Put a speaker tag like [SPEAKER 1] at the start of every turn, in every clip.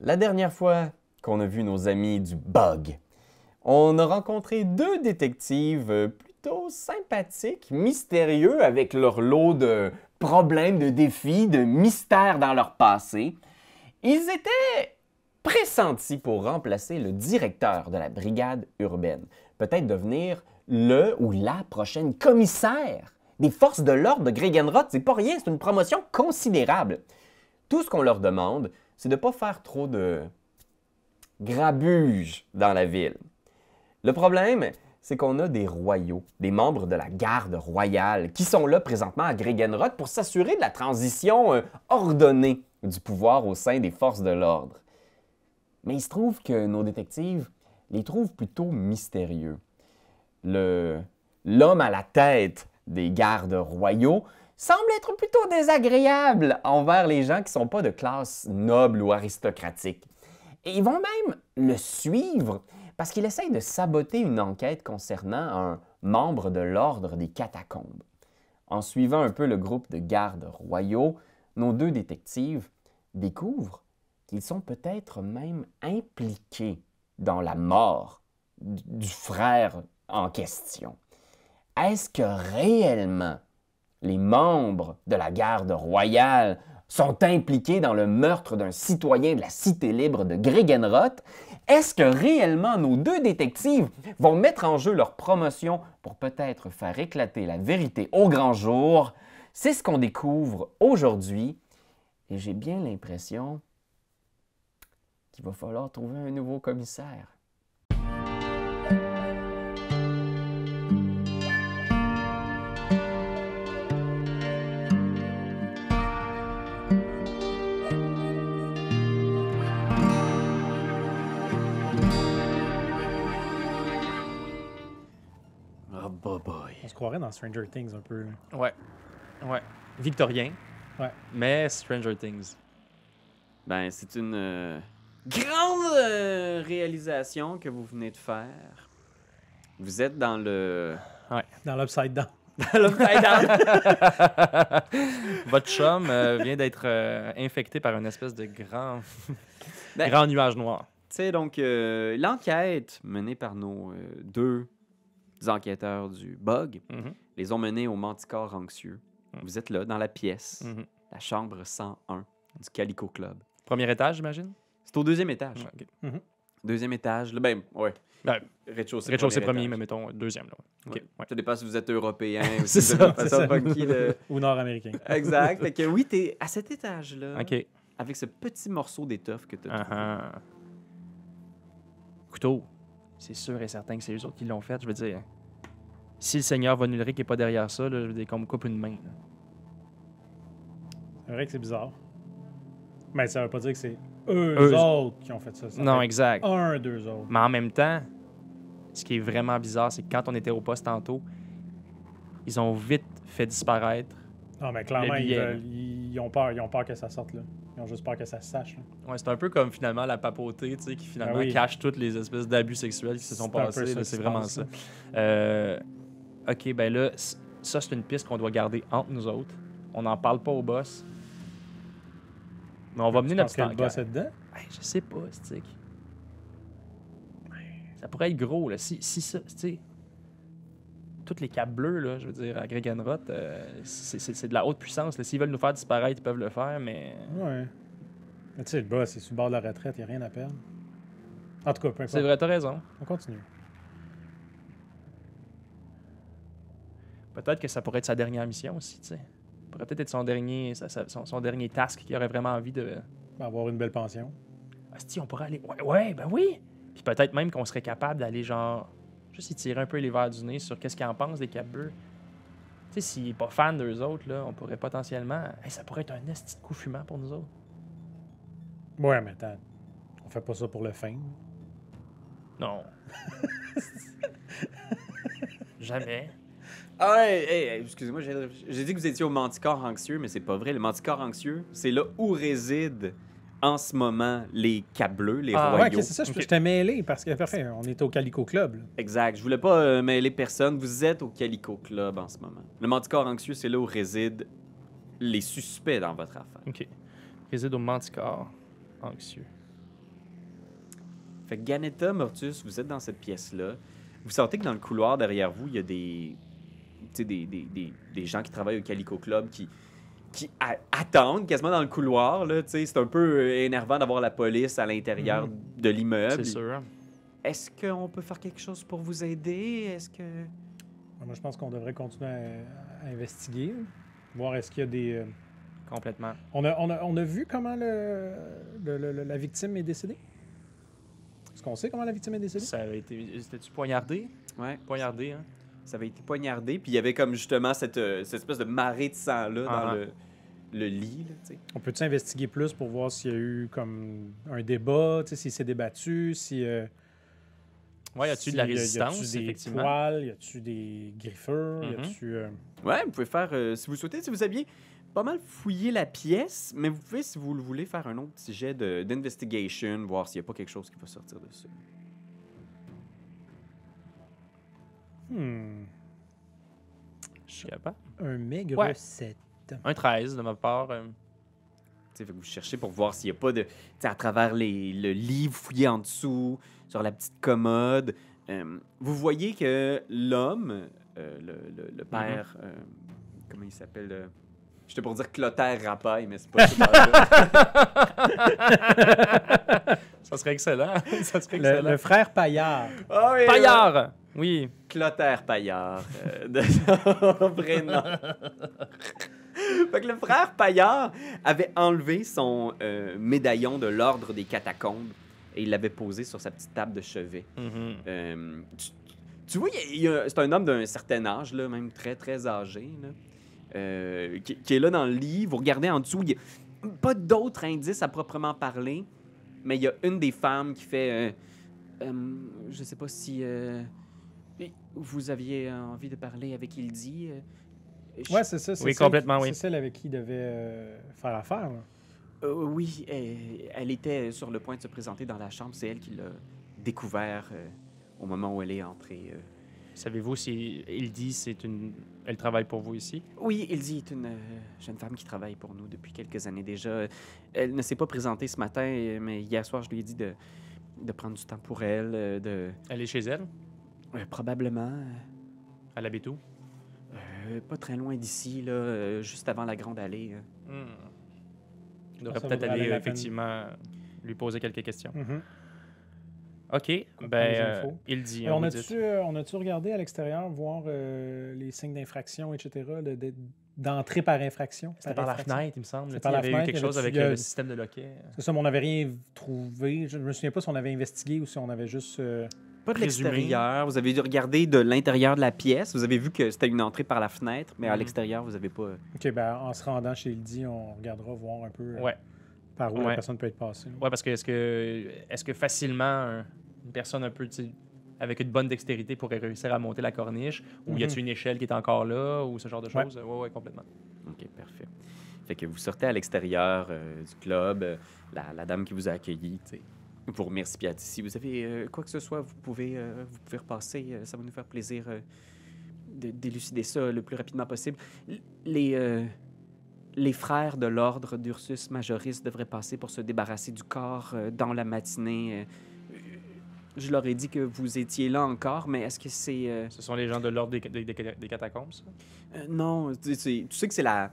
[SPEAKER 1] La dernière fois qu'on a vu nos amis du Bug, on a rencontré deux détectives euh, plutôt sympathiques, mystérieux, avec leur lot de problèmes, de défis, de mystères dans leur passé. Ils étaient pressentis pour remplacer le directeur de la brigade urbaine, peut-être devenir le ou la prochaine commissaire des forces de l'ordre de Gregenrod. C'est pas rien, c'est une promotion considérable. Tout ce qu'on leur demande, c'est de ne pas faire trop de grabuge dans la ville. Le problème, c'est qu'on a des royaux, des membres de la garde royale, qui sont là présentement à Gregenrod pour s'assurer de la transition euh, ordonnée du pouvoir au sein des forces de l'ordre. Mais il se trouve que nos détectives les trouvent plutôt mystérieux. Le l'homme à la tête des gardes royaux semble être plutôt désagréable envers les gens qui sont pas de classe noble ou aristocratique. Et ils vont même le suivre parce qu'il essaye de saboter une enquête concernant un membre de l'ordre des catacombes. En suivant un peu le groupe de gardes royaux, nos deux détectives découvrent qu'ils sont peut-être même impliqués dans la mort du frère en question. Est-ce que réellement les membres de la garde royale sont impliqués dans le meurtre d'un citoyen de la Cité libre de Gregenroth? Est-ce que réellement nos deux détectives vont mettre en jeu leur promotion pour peut-être faire éclater la vérité au grand jour? C'est ce qu'on découvre aujourd'hui et j'ai bien l'impression qu'il va falloir trouver un nouveau commissaire.
[SPEAKER 2] Oh, bah, boy.
[SPEAKER 3] On se croirait dans Stranger Things un peu. là.
[SPEAKER 4] Ouais. Ouais. Victorien.
[SPEAKER 3] Ouais.
[SPEAKER 4] Mais Stranger Things.
[SPEAKER 2] Ben, c'est une euh,
[SPEAKER 1] Grande!
[SPEAKER 2] euh, réalisation que vous venez de faire. Vous êtes dans le.
[SPEAKER 3] Dans l'Upside Down.
[SPEAKER 4] Votre chum euh, vient d'être euh, infecté par une espèce de grand,
[SPEAKER 2] Ben-
[SPEAKER 4] grand nuage noir.
[SPEAKER 2] Tu sais, donc, euh, l'enquête menée par nos euh, deux enquêteurs du bug
[SPEAKER 4] Mhm,
[SPEAKER 2] les ont menés au Manticore anxieux.
[SPEAKER 4] Mm.
[SPEAKER 2] Vous êtes là, dans la pièce,
[SPEAKER 4] mhm.
[SPEAKER 2] la chambre 101 du Calico Club.
[SPEAKER 4] Premier étage, j'imagine?
[SPEAKER 2] C'est au deuxième étage.
[SPEAKER 4] Ouais, ok.
[SPEAKER 2] Deuxième étage, le même, ouais.
[SPEAKER 4] Ben,
[SPEAKER 2] Rez-de-chaussée.
[SPEAKER 4] Rez-de-chaussée premier,
[SPEAKER 2] étage.
[SPEAKER 4] mais mettons euh, deuxième. Là. ouais. Ok, ouais.
[SPEAKER 2] Ça dépend si vous êtes européen ou si
[SPEAKER 4] C'est
[SPEAKER 2] vous êtes
[SPEAKER 4] ça,
[SPEAKER 2] de façon
[SPEAKER 3] c'est ça.
[SPEAKER 2] funky, là.
[SPEAKER 3] Ou nord-américain.
[SPEAKER 2] Exact. Fait que oui, t'es à cet étage-là.
[SPEAKER 4] Ok.
[SPEAKER 2] Avec ce petit morceau d'étoffe que t'as. trouvé.
[SPEAKER 4] Ah, ah. Couteau, c'est sûr et certain que c'est eux autres qui l'ont fait. Je veux dire, si le seigneur Von Ulrich est pas derrière ça, là, je veux dire qu'on me coupe une main. là.
[SPEAKER 3] C'est vrai que c'est bizarre. Mais ça veut pas dire que c'est eux,
[SPEAKER 4] Eux.
[SPEAKER 3] autres qui ont fait ça. ça
[SPEAKER 4] Non,
[SPEAKER 3] peut être
[SPEAKER 4] exact.
[SPEAKER 3] Un, deux autres.
[SPEAKER 4] Mais en même temps, ce qui est vraiment bizarre, c'est que quand on était au poste tantôt, ils ont vite fait disparaître.
[SPEAKER 3] Non, mais clairement,
[SPEAKER 4] Le
[SPEAKER 3] ils,
[SPEAKER 4] billet,
[SPEAKER 3] veulent- ils- ils ont peur. Ils ont peur que ça sorte, là. Ils ont juste peur que ça se sache, là.
[SPEAKER 4] Ouais, c'est un peu comme finalement la papauté, tu sais, qui finalement
[SPEAKER 3] Ah oui.
[SPEAKER 4] cache toutes les espèces d'abus sexuels qui se
[SPEAKER 3] C'est
[SPEAKER 4] sont
[SPEAKER 3] un peu
[SPEAKER 4] passés.
[SPEAKER 3] ça
[SPEAKER 4] là,
[SPEAKER 3] qui
[SPEAKER 4] C'est
[SPEAKER 3] se
[SPEAKER 4] vraiment
[SPEAKER 3] passe,
[SPEAKER 4] ça.
[SPEAKER 3] là.
[SPEAKER 4] Euh, ok, ben là, c- ça, c'est une piste qu'on doit garder entre nous autres. On n'en parle pas au boss. Mais on va mener
[SPEAKER 3] Tu
[SPEAKER 4] notre
[SPEAKER 3] penses que
[SPEAKER 4] petite
[SPEAKER 3] le boss
[SPEAKER 4] enquête.
[SPEAKER 3] est dedans?
[SPEAKER 4] Hey, Ben, je sais pas, Stick. Ça pourrait être gros, là. Si, si ça, tu sais. Toutes les câbles bleues, là, je veux dire, à Gregenroth, euh, c'est c'est- c'est de la haute puissance. là. S'ils veulent nous faire disparaître, ils peuvent le faire, mais.
[SPEAKER 3] Ouais. Mais tu sais, le boss, il est sur le bord de la retraite. Il n'y a rien à perdre. En tout cas, peu importe.
[SPEAKER 4] C'est vrai, t'as raison.
[SPEAKER 3] On continue.
[SPEAKER 4] Peut-être que ça pourrait être sa dernière mission aussi, tu sais. Ça pourrait peut-être être son dernier, sa- sa- son, son dernier task qu'il aurait vraiment envie de.
[SPEAKER 3] On va avoir une belle pension.
[SPEAKER 4] Asti, on pourrait aller. Ouais, ouais, ben oui! Puis peut-être même qu'on serait capable d'aller, genre, juste y tirer un peu les verres du nez sur qu'est-ce qu'ils en pensent des Cap Bleus. Tu sais, s'il n'est pas fan d'eux autres, là, on pourrait potentiellement. Hey, ça pourrait être un esti de coup fumant pour nous autres.
[SPEAKER 3] Ouais, mais attends. On fait pas ça pour le fame.
[SPEAKER 4] Non. Jamais.
[SPEAKER 2] Ah, Hey, hey, hey, excusez-moi, j'ai j'ai dit que vous étiez au Manticore anxieux, mais c'est pas vrai. Le Manticore anxieux, c'est là où résident en ce moment les Cap Bleus, les
[SPEAKER 4] Ah,
[SPEAKER 2] royaux.
[SPEAKER 3] Ouais, qu'est-ce que c'est ça? Je
[SPEAKER 4] Ok.
[SPEAKER 3] je t'ai mêlé parce que, parfait, on est au Calico Club. là.
[SPEAKER 2] Exact. Je voulais pas euh, mêler personne. Vous êtes au Calico Club en ce moment. Le Manticore anxieux, c'est là où résident les suspects dans votre affaire.
[SPEAKER 4] Ok. Réside au Manticore. Anxieux.
[SPEAKER 1] Fait que Ganeta, Mortus, vous êtes dans cette pièce-là. Vous sentez que dans le couloir derrière vous, il y a des, tu sais, des, des, des, des gens qui travaillent au Calico Club qui, qui a- attendent quasiment dans le couloir. là, tu sais. C'est un peu euh, énervant d'avoir la police à l'intérieur de l'immeuble.
[SPEAKER 4] Mm-hmm. C'est sûr. hein.
[SPEAKER 1] Est-ce qu'on peut faire quelque chose pour vous aider? Est-ce que...
[SPEAKER 3] Moi, je pense qu'on devrait continuer à, à investiguer, là. voir est-ce qu'il y a des. euh,
[SPEAKER 4] Complètement.
[SPEAKER 3] On, a, on, a, on a vu comment le, le- le- le- la victime est décédée Est-ce qu'on sait comment la victime est décédée
[SPEAKER 4] Ça avait été. C'était-tu poignardé?
[SPEAKER 1] Ouais.
[SPEAKER 4] Poignardé, hein?
[SPEAKER 1] Ça avait été poignardé, puis il y avait comme justement cette, euh, cette espèce de marée de sang-là dans
[SPEAKER 4] Ah.
[SPEAKER 1] le, le lit. là, tu sais.
[SPEAKER 3] On peut-tu investiguer plus pour voir s'il y a eu comme un débat, tu sais, s'il s'est débattu, si. euh,
[SPEAKER 4] Ouais, y a-tu
[SPEAKER 3] si
[SPEAKER 4] de la
[SPEAKER 3] y a-
[SPEAKER 4] résistance,
[SPEAKER 3] Y a-tu des
[SPEAKER 4] effectivement?
[SPEAKER 3] poils Y a-tu des griffeurs Y
[SPEAKER 4] Mhm.
[SPEAKER 3] a-tu. euh,
[SPEAKER 1] Ouais, vous pouvez faire, euh, si vous souhaitez, si vous aviez pas mal fouillé la pièce, mais vous pouvez, si vous le voulez, faire un autre petit jet de- d'investigation, voir s'il n'y a pas quelque chose qui va sortir de ça.
[SPEAKER 3] hmm,
[SPEAKER 4] Je suis capable.
[SPEAKER 3] un maigre
[SPEAKER 4] Ouais.
[SPEAKER 3] 7.
[SPEAKER 4] Un 13 de ma part. euh,
[SPEAKER 1] Tu sais, fait que vous cherchez pour voir s'il n'y a pas de... tu sais, à travers les, le lit, vous fouillez en dessous, sur la petite commode. Euh, vous voyez que l'homme, euh, le, le- le père... euh, comment il s'appelle euh, J'étais pour dire Clotaire Rapaille, mais c'est pas ce père-là.
[SPEAKER 4] Ça serait excellent. Ça serait
[SPEAKER 3] Le,
[SPEAKER 4] excellent. Euh,
[SPEAKER 3] le frère Paillard.
[SPEAKER 1] Ah oui,
[SPEAKER 4] Paillard! Oui.
[SPEAKER 1] Clotaire Paillard, euh, de son prénom. fait que le frère Paillard avait enlevé son euh, médaillon de l'ordre des catacombes et il l'avait posé sur sa petite table de chevet.
[SPEAKER 4] Mhm.
[SPEAKER 1] Euh, tu, tu vois, il y a- il y a- c'est un homme d'un certain âge, là, même très, très âgé, là, euh, qui, qui est là dans le lit. Vous regardez en dessous, il n'y a pas d'autres indices à proprement parler, mais il y a une des femmes qui fait... euh, Euh, je sais pas si euh, vous aviez envie de parler avec Ildi. euh, je-
[SPEAKER 3] Ouais, c'est ça. c'est
[SPEAKER 4] Oui,
[SPEAKER 3] celle-
[SPEAKER 4] complètement, oui.
[SPEAKER 3] C'est celle avec qui il devait euh, faire affaire. là.
[SPEAKER 1] Euh, oui, elle, elle était sur le point de se présenter dans la chambre. C'est elle qui l'a découvert euh, au moment où elle est entrée. euh,
[SPEAKER 4] Savez-vous si il dit c'est une. Elle travaille pour vous ici?
[SPEAKER 1] Oui, Ildi est une euh, jeune femme qui travaille pour nous depuis quelques années déjà. Elle ne s'est pas présentée ce matin, euh, mais hier soir, je lui ai dit de, de prendre du temps pour elle, euh, de...
[SPEAKER 4] Elle est chez elle?
[SPEAKER 1] euh, probablement...
[SPEAKER 4] Elle habite où?
[SPEAKER 1] euh, pas très loin d'ici, là, euh, juste avant la Grande Allée. euh.
[SPEAKER 4] Hmm. On devrait
[SPEAKER 3] Ça
[SPEAKER 4] peut-être
[SPEAKER 3] vaudrait
[SPEAKER 4] aller
[SPEAKER 3] la
[SPEAKER 4] euh,
[SPEAKER 3] peine.
[SPEAKER 4] effectivement lui poser quelques questions.
[SPEAKER 3] Mhm.
[SPEAKER 4] OK.
[SPEAKER 3] Quoi,
[SPEAKER 4] Ben,
[SPEAKER 3] les
[SPEAKER 4] euh,
[SPEAKER 3] infos?
[SPEAKER 4] il dit.
[SPEAKER 3] Et on
[SPEAKER 4] vous
[SPEAKER 3] a-tu
[SPEAKER 4] dites.
[SPEAKER 3] euh, on a-tu regardé à l'extérieur, voir euh, les signes d'infraction, etc., de- de- d'entrée par infraction?
[SPEAKER 4] C'était par la
[SPEAKER 3] infraction.
[SPEAKER 4] fenêtre, il me semble.
[SPEAKER 3] C'est
[SPEAKER 4] tu
[SPEAKER 3] par
[SPEAKER 4] sais, Il y
[SPEAKER 3] la
[SPEAKER 4] avait eu
[SPEAKER 3] fenêtre,
[SPEAKER 4] quelque
[SPEAKER 3] il y
[SPEAKER 4] chose
[SPEAKER 3] avait-tu-
[SPEAKER 4] avec
[SPEAKER 3] il y a-
[SPEAKER 4] le système de loquet.
[SPEAKER 3] C'est ça, mais on n'avait rien trouvé. Je ne me souviens pas si on avait investigué ou si on avait juste... euh,
[SPEAKER 1] Pas de
[SPEAKER 4] Présumé.
[SPEAKER 1] l'extérieur. Vous avez regardé de l'intérieur de la pièce. Vous avez vu que c'était une entrée par la fenêtre, mais à
[SPEAKER 4] Mhm.
[SPEAKER 1] l'extérieur, vous avez pas... euh,
[SPEAKER 3] OK, ben, en se rendant chez Ildi, on regardera voir un peu euh,
[SPEAKER 4] Ouais.
[SPEAKER 3] par où la
[SPEAKER 4] Ouais.
[SPEAKER 3] personne peut être passée. là.
[SPEAKER 4] Ouais, parce que est-ce que est-ce que facilement un- une personne un peu tu sais, avec une bonne dextérité pourrait réussir à monter la corniche ou y a-t-il une échelle qui est encore là ou ce genre de
[SPEAKER 3] Ouais.
[SPEAKER 4] choses Mhm. Ouais, ouais, complètement.
[SPEAKER 1] OK, parfait. Fait que vous sortez à l'extérieur euh, du club, euh, la, la dame qui vous a accueilli, tu sais, vous remercie. Puis elle dit, si vous avez euh, quoi que ce soit, vous pouvez, euh, vous pouvez repasser. euh, ça va nous faire plaisir euh, de- d'élucider ça le plus rapidement possible. L- Les, euh, les frères de l'ordre d'Ursus Majoris devraient passer pour se débarrasser du corps euh, dans la matinée. Euh, je leur ai dit que vous étiez là encore, mais est-ce que c'est... euh,
[SPEAKER 4] Ce sont les gens de l'ordre des, des- des- des catacombes. ça?
[SPEAKER 1] euh, non, tu sais, tu sais que c'est la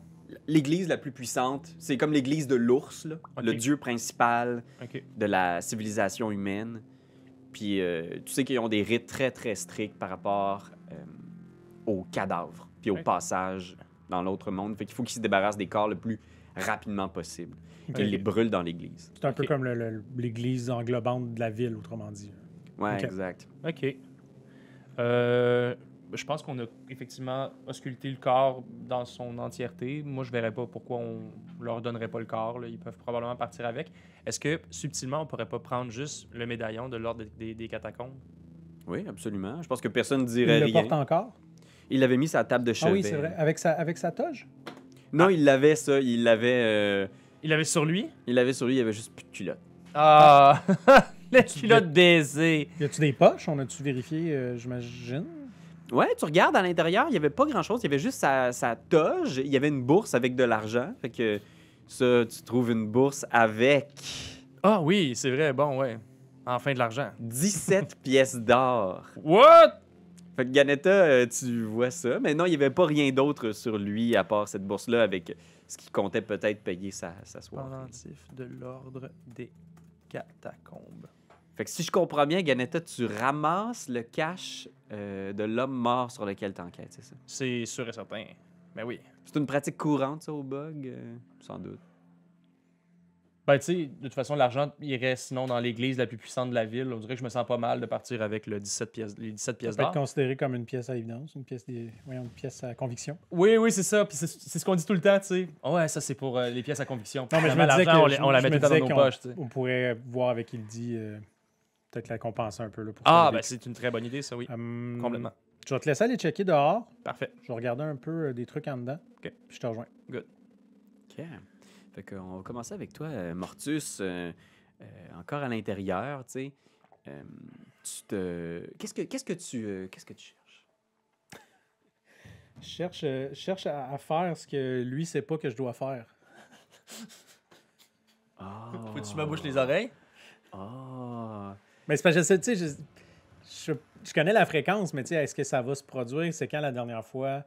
[SPEAKER 1] l'église la plus puissante. C'est comme l'église de l'ours, là.
[SPEAKER 4] Ok.
[SPEAKER 1] le dieu principal
[SPEAKER 4] OK.
[SPEAKER 1] de la civilisation humaine. Puis euh, tu sais qu'ils ont des rites très très stricts par rapport euh, aux cadavres, puis au
[SPEAKER 4] Ok.
[SPEAKER 1] passage dans l'autre monde. Fait qu'il faut qu'ils se débarrassent des corps le plus rapidement possible.
[SPEAKER 3] Ok.
[SPEAKER 1] Ils les brûlent dans l'église.
[SPEAKER 3] C'est un peu
[SPEAKER 4] Ok.
[SPEAKER 3] comme le- le- l'église englobante de la ville, autrement dit.
[SPEAKER 1] Ouais,
[SPEAKER 3] Ok.
[SPEAKER 1] exact.
[SPEAKER 4] OK. Euh, je pense qu'on a effectivement ausculté le corps dans son entièreté. Moi, je verrais pas pourquoi on leur donnerait pas le corps. là. Ils peuvent probablement partir avec. Est-ce que subtilement, on pourrait pas prendre juste le médaillon de l'ordre des, des- des catacombes?
[SPEAKER 1] Oui, absolument. Je pense que personne ne
[SPEAKER 3] Il
[SPEAKER 1] dirait
[SPEAKER 3] le
[SPEAKER 1] rien.
[SPEAKER 3] porte encore?
[SPEAKER 1] Il l'avait mis sur la table de chevet.
[SPEAKER 3] Ah oui, c'est vrai. Ah. Avec sa, avec sa toge?
[SPEAKER 1] Non, il l'avait ça. Il l'avait. euh,
[SPEAKER 4] Il avait sur lui?
[SPEAKER 1] il l'avait sur lui. Il y avait juste plus de culotte.
[SPEAKER 4] Ah!
[SPEAKER 3] Laisse-le
[SPEAKER 4] Laisse-le baiser!
[SPEAKER 3] Y a-tu des poches? On a-tu vérifié, euh, j'imagine?
[SPEAKER 1] Ouais, tu regardes à l'intérieur, il n'y avait pas grand-chose. Il y avait juste sa, sa toge. Il y avait une bourse avec de l'argent. Fait que ça, tu trouves une bourse avec.
[SPEAKER 4] Ah oui, c'est vrai, bon, ouais. Enfin de l'argent.
[SPEAKER 1] 17 pièces d'or.
[SPEAKER 4] What?
[SPEAKER 1] Fait que Ganetta, euh, tu vois ça. Mais non, il n'y avait pas rien d'autre sur lui à part cette bourse-là avec ce qui comptait peut-être payer sa, sa
[SPEAKER 4] Ah.
[SPEAKER 1] soirée.
[SPEAKER 4] Pendentif de l'ordre des catacombes.
[SPEAKER 1] Fait que si je comprends bien, Ganetta, tu ramasses le cash euh, de l'homme mort sur lequel t'enquêtes, c'est ça?
[SPEAKER 4] C'est sûr et certain. Ben oui.
[SPEAKER 1] C'est une pratique courante, ça, au bug? euh, sans doute.
[SPEAKER 4] Ben, tu sais, de toute façon, l'argent, il reste sinon dans l'église la plus puissante de la ville. On dirait que je me sens pas mal de partir avec le 17 pièces, les 17
[SPEAKER 3] Ça
[SPEAKER 4] pièces
[SPEAKER 3] peut être
[SPEAKER 4] d'or.
[SPEAKER 3] considéré comme une pièce à évidence, une pièce, des... voyons, une pièce à conviction.
[SPEAKER 4] Oui, oui, c'est ça. Puis c'est c'est ce qu'on dit tout le temps, tu sais. Ah ouais, ça, c'est pour euh, les pièces à conviction.
[SPEAKER 3] Non, mais je me
[SPEAKER 4] Finalement,
[SPEAKER 3] disais
[SPEAKER 4] l'argent,
[SPEAKER 3] que-
[SPEAKER 4] on, les- on la
[SPEAKER 3] je
[SPEAKER 4] met
[SPEAKER 3] me
[SPEAKER 4] tout le temps
[SPEAKER 3] disais
[SPEAKER 4] dans nos
[SPEAKER 3] qu'on-
[SPEAKER 4] poches, tu sais.
[SPEAKER 3] On pourrait voir avec il dit, euh, peut-être la compenser un peu. Là, pour
[SPEAKER 4] Ah,
[SPEAKER 3] sauver.
[SPEAKER 4] ben c'est une très bonne idée, ça, oui.
[SPEAKER 3] Hum,
[SPEAKER 4] Complètement.
[SPEAKER 3] Je vais te laisser aller checker dehors.
[SPEAKER 4] Parfait.
[SPEAKER 3] Je vais regarder un peu euh, des trucs en dedans.
[SPEAKER 4] OK.
[SPEAKER 3] Puis je te rejoins.
[SPEAKER 1] OK. Fait qu'on va commencer avec toi, euh, Mortus. euh, euh, encore à l'intérieur, tu sais. Euh, tu te... Qu'est-ce que, qu'est-ce que tu... euh, qu'est-ce que tu cherches?
[SPEAKER 3] Je cherche, euh, je cherche à, à faire ce que lui sait pas que je dois faire.
[SPEAKER 1] Ah.
[SPEAKER 4] Faut-tu me bouches les oreilles?
[SPEAKER 1] Ah.
[SPEAKER 3] Mais c'est parce que je sais, tu sais, je, je, je connais la fréquence, mais tu sais, est-ce que ça va se produire? C'est quand la dernière fois?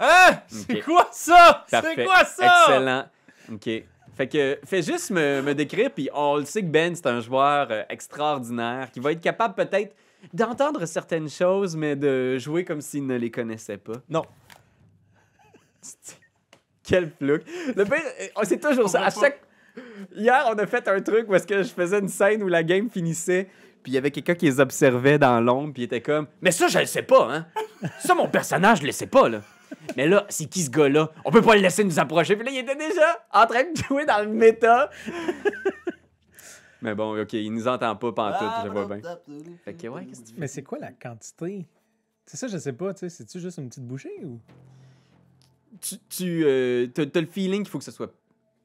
[SPEAKER 4] Hein? C'est
[SPEAKER 1] Ok.
[SPEAKER 4] quoi ça?
[SPEAKER 1] Parfait.
[SPEAKER 4] C'est quoi ça?
[SPEAKER 1] Excellent. OK. Fait que fais juste me, me décrire, puis on le sait que Ben, c'est un joueur euh, extraordinaire qui va être capable peut-être d'entendre certaines choses, mais de jouer comme s'il ne les connaissait pas.
[SPEAKER 4] Non.
[SPEAKER 1] Quel plouc. Le pire, euh, c'est toujours ça. À chaque... Hier, on a fait un truc où est-ce que je faisais une scène où la game finissait, puis il y avait quelqu'un qui les observait dans l'ombre, puis il était comme « Mais ça, je le sais pas, hein? Ça, mon personnage, je le sais pas, là. Mais là, c'est qui ce gars-là? On peut pas le laisser nous approcher. » Puis là, il était déjà en train de jouer dans le méta. Mais bon, OK, il nous entend pas pantoute, je vois bien. Fait que ouais, qu'est-ce que tu fais?
[SPEAKER 3] Mais c'est quoi la quantité? C'est ça, je sais pas, tu sais, c'est-tu juste une petite bouchée ou?
[SPEAKER 1] Tu, tu euh, t'as- t'as le feeling qu'il faut que ce soit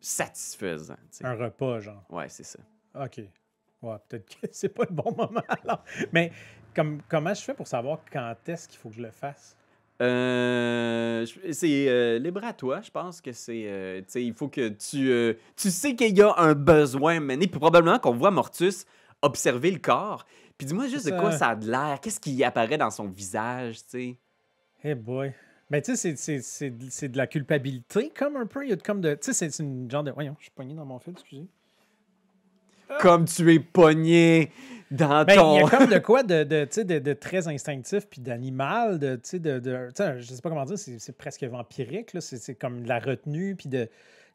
[SPEAKER 1] satisfaisant, tu sais.
[SPEAKER 3] Un repas, genre.
[SPEAKER 1] Ouais, c'est ça.
[SPEAKER 3] OK. Ouais, peut-être que c'est pas le bon moment alors. Mais comme, comment je fais pour savoir quand est-ce qu'il faut que je le fasse?
[SPEAKER 1] Euh, je- c'est euh, libre à toi, je pense que c'est. euh, tu sais, il faut que tu. euh, tu sais qu'il y a un besoin mené, puis probablement qu'on voit Mortus observer le corps. Puis dis-moi juste
[SPEAKER 3] C'est
[SPEAKER 1] de quoi
[SPEAKER 3] ça.
[SPEAKER 1] ça a de l'air, qu'est-ce qui apparaît dans son visage, tu sais.
[SPEAKER 3] Eh boy. Mais tu sais, c'est- c'est- c'est de- c'est de la culpabilité, comme un peu. Il y a de- comme de. Tu sais, c'est- c'est une genre de. Voyons, je suis pogné dans mon fil, excusez.
[SPEAKER 1] Comme tu es pogné dans
[SPEAKER 3] Ben, il y
[SPEAKER 1] ton.
[SPEAKER 3] a comme de quoi de, de, tu sais, de, de très instinctif, puis d'animal, de, tu sais, de, de- tu sais, je sais pas comment dire, c'est c'est presque vampirique, là. C'est- c'est comme de la retenue, puis de,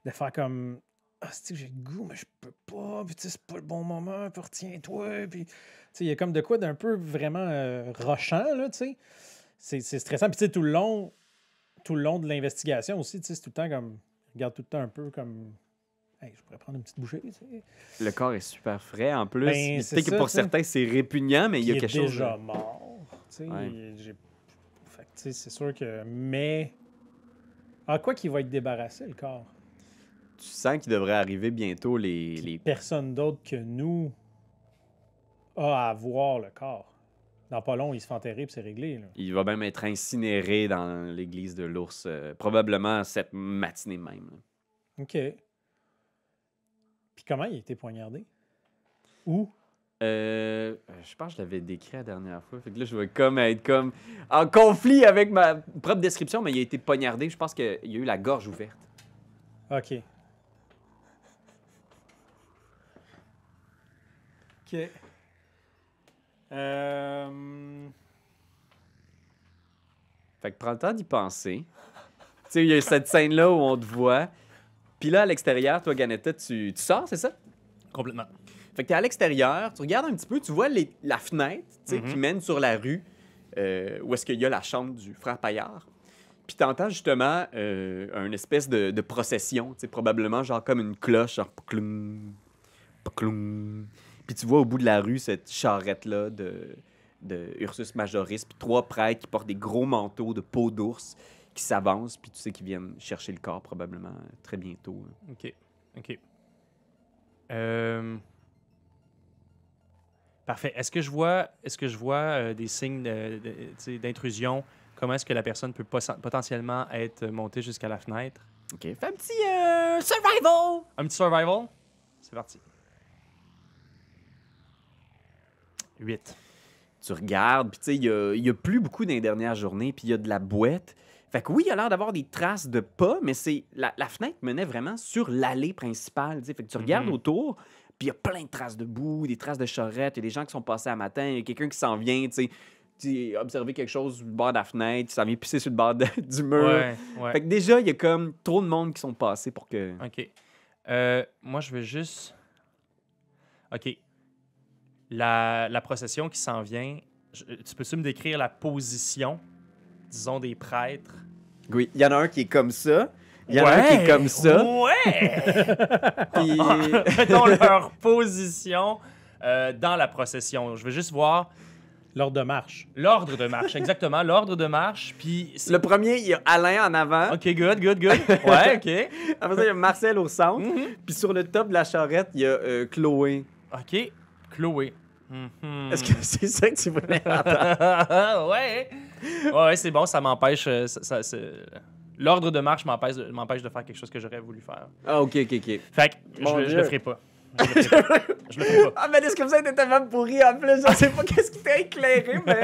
[SPEAKER 3] de faire comme, ah, c'est-tu que j'ai le goût, mais je peux pas, puis tu sais, c'est pas le bon moment, puis retiens-toi, puis, tu sais, il y a comme de quoi d'un peu vraiment euh, rochant, là, tu sais. C'est c'est stressant, puis tu sais, tout le long, tout le long de l'investigation aussi, tu sais, c'est tout le temps comme, regarde tout le temps un peu comme, hey, je pourrais prendre une petite bouchée, tu sais.
[SPEAKER 1] Le corps est super frais en plus.
[SPEAKER 3] Ben,
[SPEAKER 1] peut
[SPEAKER 3] c'est
[SPEAKER 1] que
[SPEAKER 3] ça,
[SPEAKER 1] pour
[SPEAKER 3] tu sais.
[SPEAKER 1] certains, c'est répugnant, mais il y a
[SPEAKER 3] qui est
[SPEAKER 1] quelque chose. de-
[SPEAKER 3] déjà mort. tu sais,
[SPEAKER 1] Ouais.
[SPEAKER 3] il- j'ai- fait que, tu sais, c'est sûr que. Mais. En quoi qu'il va être débarrassé, le corps
[SPEAKER 1] Tu sens qu'il devrait arriver bientôt les. les...
[SPEAKER 3] Personne d'autre que nous a à voir le corps. Dans pas long, il se fait enterrer puis c'est réglé. là.
[SPEAKER 1] Il va même être incinéré dans l'église de l'ours, euh, probablement cette matinée même. là.
[SPEAKER 3] OK. Puis comment il a été poignardé Où
[SPEAKER 1] Euh, je pense que je l'avais décrit la dernière fois. Fait que là, je vais comme être comme en conflit avec ma propre description, mais il a été poignardé. Je pense qu'il a eu la gorge ouverte.
[SPEAKER 3] OK. OK. Euh.
[SPEAKER 1] Fait que prends le temps d'y penser. tu sais, il y a cette scène-là où on te voit. Puis là, à l'extérieur, toi, Ganetta, tu, tu sors, c'est ça?
[SPEAKER 4] Complètement.
[SPEAKER 1] Fait que t'es à l'extérieur, tu regardes un petit peu, tu vois les- la fenêtre tu sais, qui mène sur la rue euh, où est-ce qu'il y a la chambre du frère Paillard. Puis t'entends justement euh, une espèce de, de procession, tu sais, probablement genre comme une cloche, genre pcloum, pcloum. Puis tu vois au bout de la rue cette charrette-là de, de Ursus Majoris, puis trois prêtres qui portent des gros manteaux de peau d'ours qui s'avancent, puis tu sais qu'ils viennent chercher le corps probablement euh, très bientôt. hein.
[SPEAKER 4] Ok. Ok. Euh, Parfait. Est-ce que je vois, est-ce que je vois euh, des signes de- de- tu sais, d'intrusion? Comment est-ce que la personne peut possa- potentiellement être montée jusqu'à la fenêtre?
[SPEAKER 1] OK, fais un petit euh, survival!
[SPEAKER 4] Un petit survival? C'est parti. 8.
[SPEAKER 1] tu regardes, puis tu sais, il y a, il y a plus beaucoup dans les dernières journées, puis il y a de la boîte. Fait que oui, il a l'air d'avoir des traces de pas, mais c'est la, la fenêtre menait vraiment sur l'allée principale. tu sais. Fait que tu regardes
[SPEAKER 4] Mhm.
[SPEAKER 1] autour, puis il y a plein de traces de boue, des traces de charrette, il y a des gens qui sont passés à matin, il y a quelqu'un qui s'en vient, tu sais, tu observer quelque chose du bord de la fenêtre, tu s'en vient pisser sur le bord de- du mur.
[SPEAKER 4] Ouais, ouais.
[SPEAKER 1] Fait que déjà, il y a comme trop de monde qui sont passés pour que...
[SPEAKER 4] OK. Euh, moi, je veux juste. OK. La, la procession qui s'en vient, je- tu peux-tu me décrire la position, disons, des prêtres?
[SPEAKER 1] Oui, il y en a un qui est comme ça, il y en a un qui est
[SPEAKER 4] Ouais!
[SPEAKER 1] comme ça,
[SPEAKER 4] Ouais!
[SPEAKER 1] puis...
[SPEAKER 4] Mettons leur position euh, dans la procession. Je veux juste voir
[SPEAKER 3] L'ordre de marche.
[SPEAKER 4] l'ordre de marche, exactement, l'ordre de marche, puis... c'est-
[SPEAKER 1] Le premier, il y a Alain en avant.
[SPEAKER 4] OK, good, good, good. Ouais, OK.
[SPEAKER 1] Après ça, il y a Marcel au centre. Puis sur le top de la charrette, il y a euh, Chloé.
[SPEAKER 4] OK, Chloé. Mhm.
[SPEAKER 1] Est-ce que c'est ça que tu voulais entendre?
[SPEAKER 4] ouais. hein. Ouais, c'est bon, ça m'empêche. euh, ça- ça- c'est- L'ordre de marche m'empêche de, m'empêche de faire quelque chose que j'aurais voulu faire.
[SPEAKER 1] Ah, ok, ok, ok.
[SPEAKER 4] Fait que
[SPEAKER 1] Mon
[SPEAKER 4] je, le- je
[SPEAKER 1] Dieu.
[SPEAKER 4] le ferai pas. Je le ferai pas. Je le ferai pas.
[SPEAKER 1] Ah, mais est-ce que vous êtes tellement pourri en plus? Je sais pas qu'est-ce qui t'a éclairé, mais.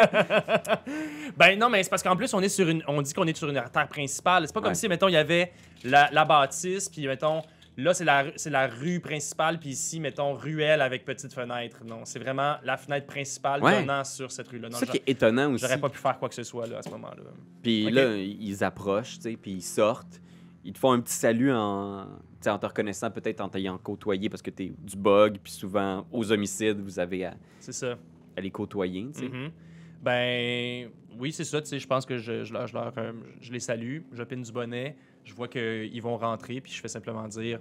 [SPEAKER 4] Ben non, mais c'est parce qu'en plus, on, est sur une, on dit qu'on est sur une artère principale. C'est pas comme
[SPEAKER 1] Ouais.
[SPEAKER 4] si, mettons, il y avait la, la bâtisse, puis mettons, là, c'est la, rue- c'est la rue principale, puis ici, mettons, ruelle avec petite fenêtre. Non, c'est vraiment la fenêtre principale
[SPEAKER 1] Ouais.
[SPEAKER 4] donnant sur cette rue-là. Non,
[SPEAKER 1] C'est ça qui
[SPEAKER 4] j'a-
[SPEAKER 1] est étonnant aussi.
[SPEAKER 4] j'aurais pas pu faire quoi que ce soit là, à ce moment-là.
[SPEAKER 1] Puis
[SPEAKER 4] Ok.
[SPEAKER 1] là, ils approchent, tu sais, puis ils sortent. Ils te font un petit salut en, tu sais, en te reconnaissant, peut-être en t'ayant côtoyé, parce que t'es du bug, puis souvent, aux homicides, vous avez à,
[SPEAKER 4] C'est ça.
[SPEAKER 1] à les côtoyer, tu sais.
[SPEAKER 4] Mhm. Ben oui, c'est ça. Tu sais, je pense que je, je leur, je, leur, euh, je les salue, je pine du bonnet, je vois qu'ils vont rentrer, puis je fais simplement dire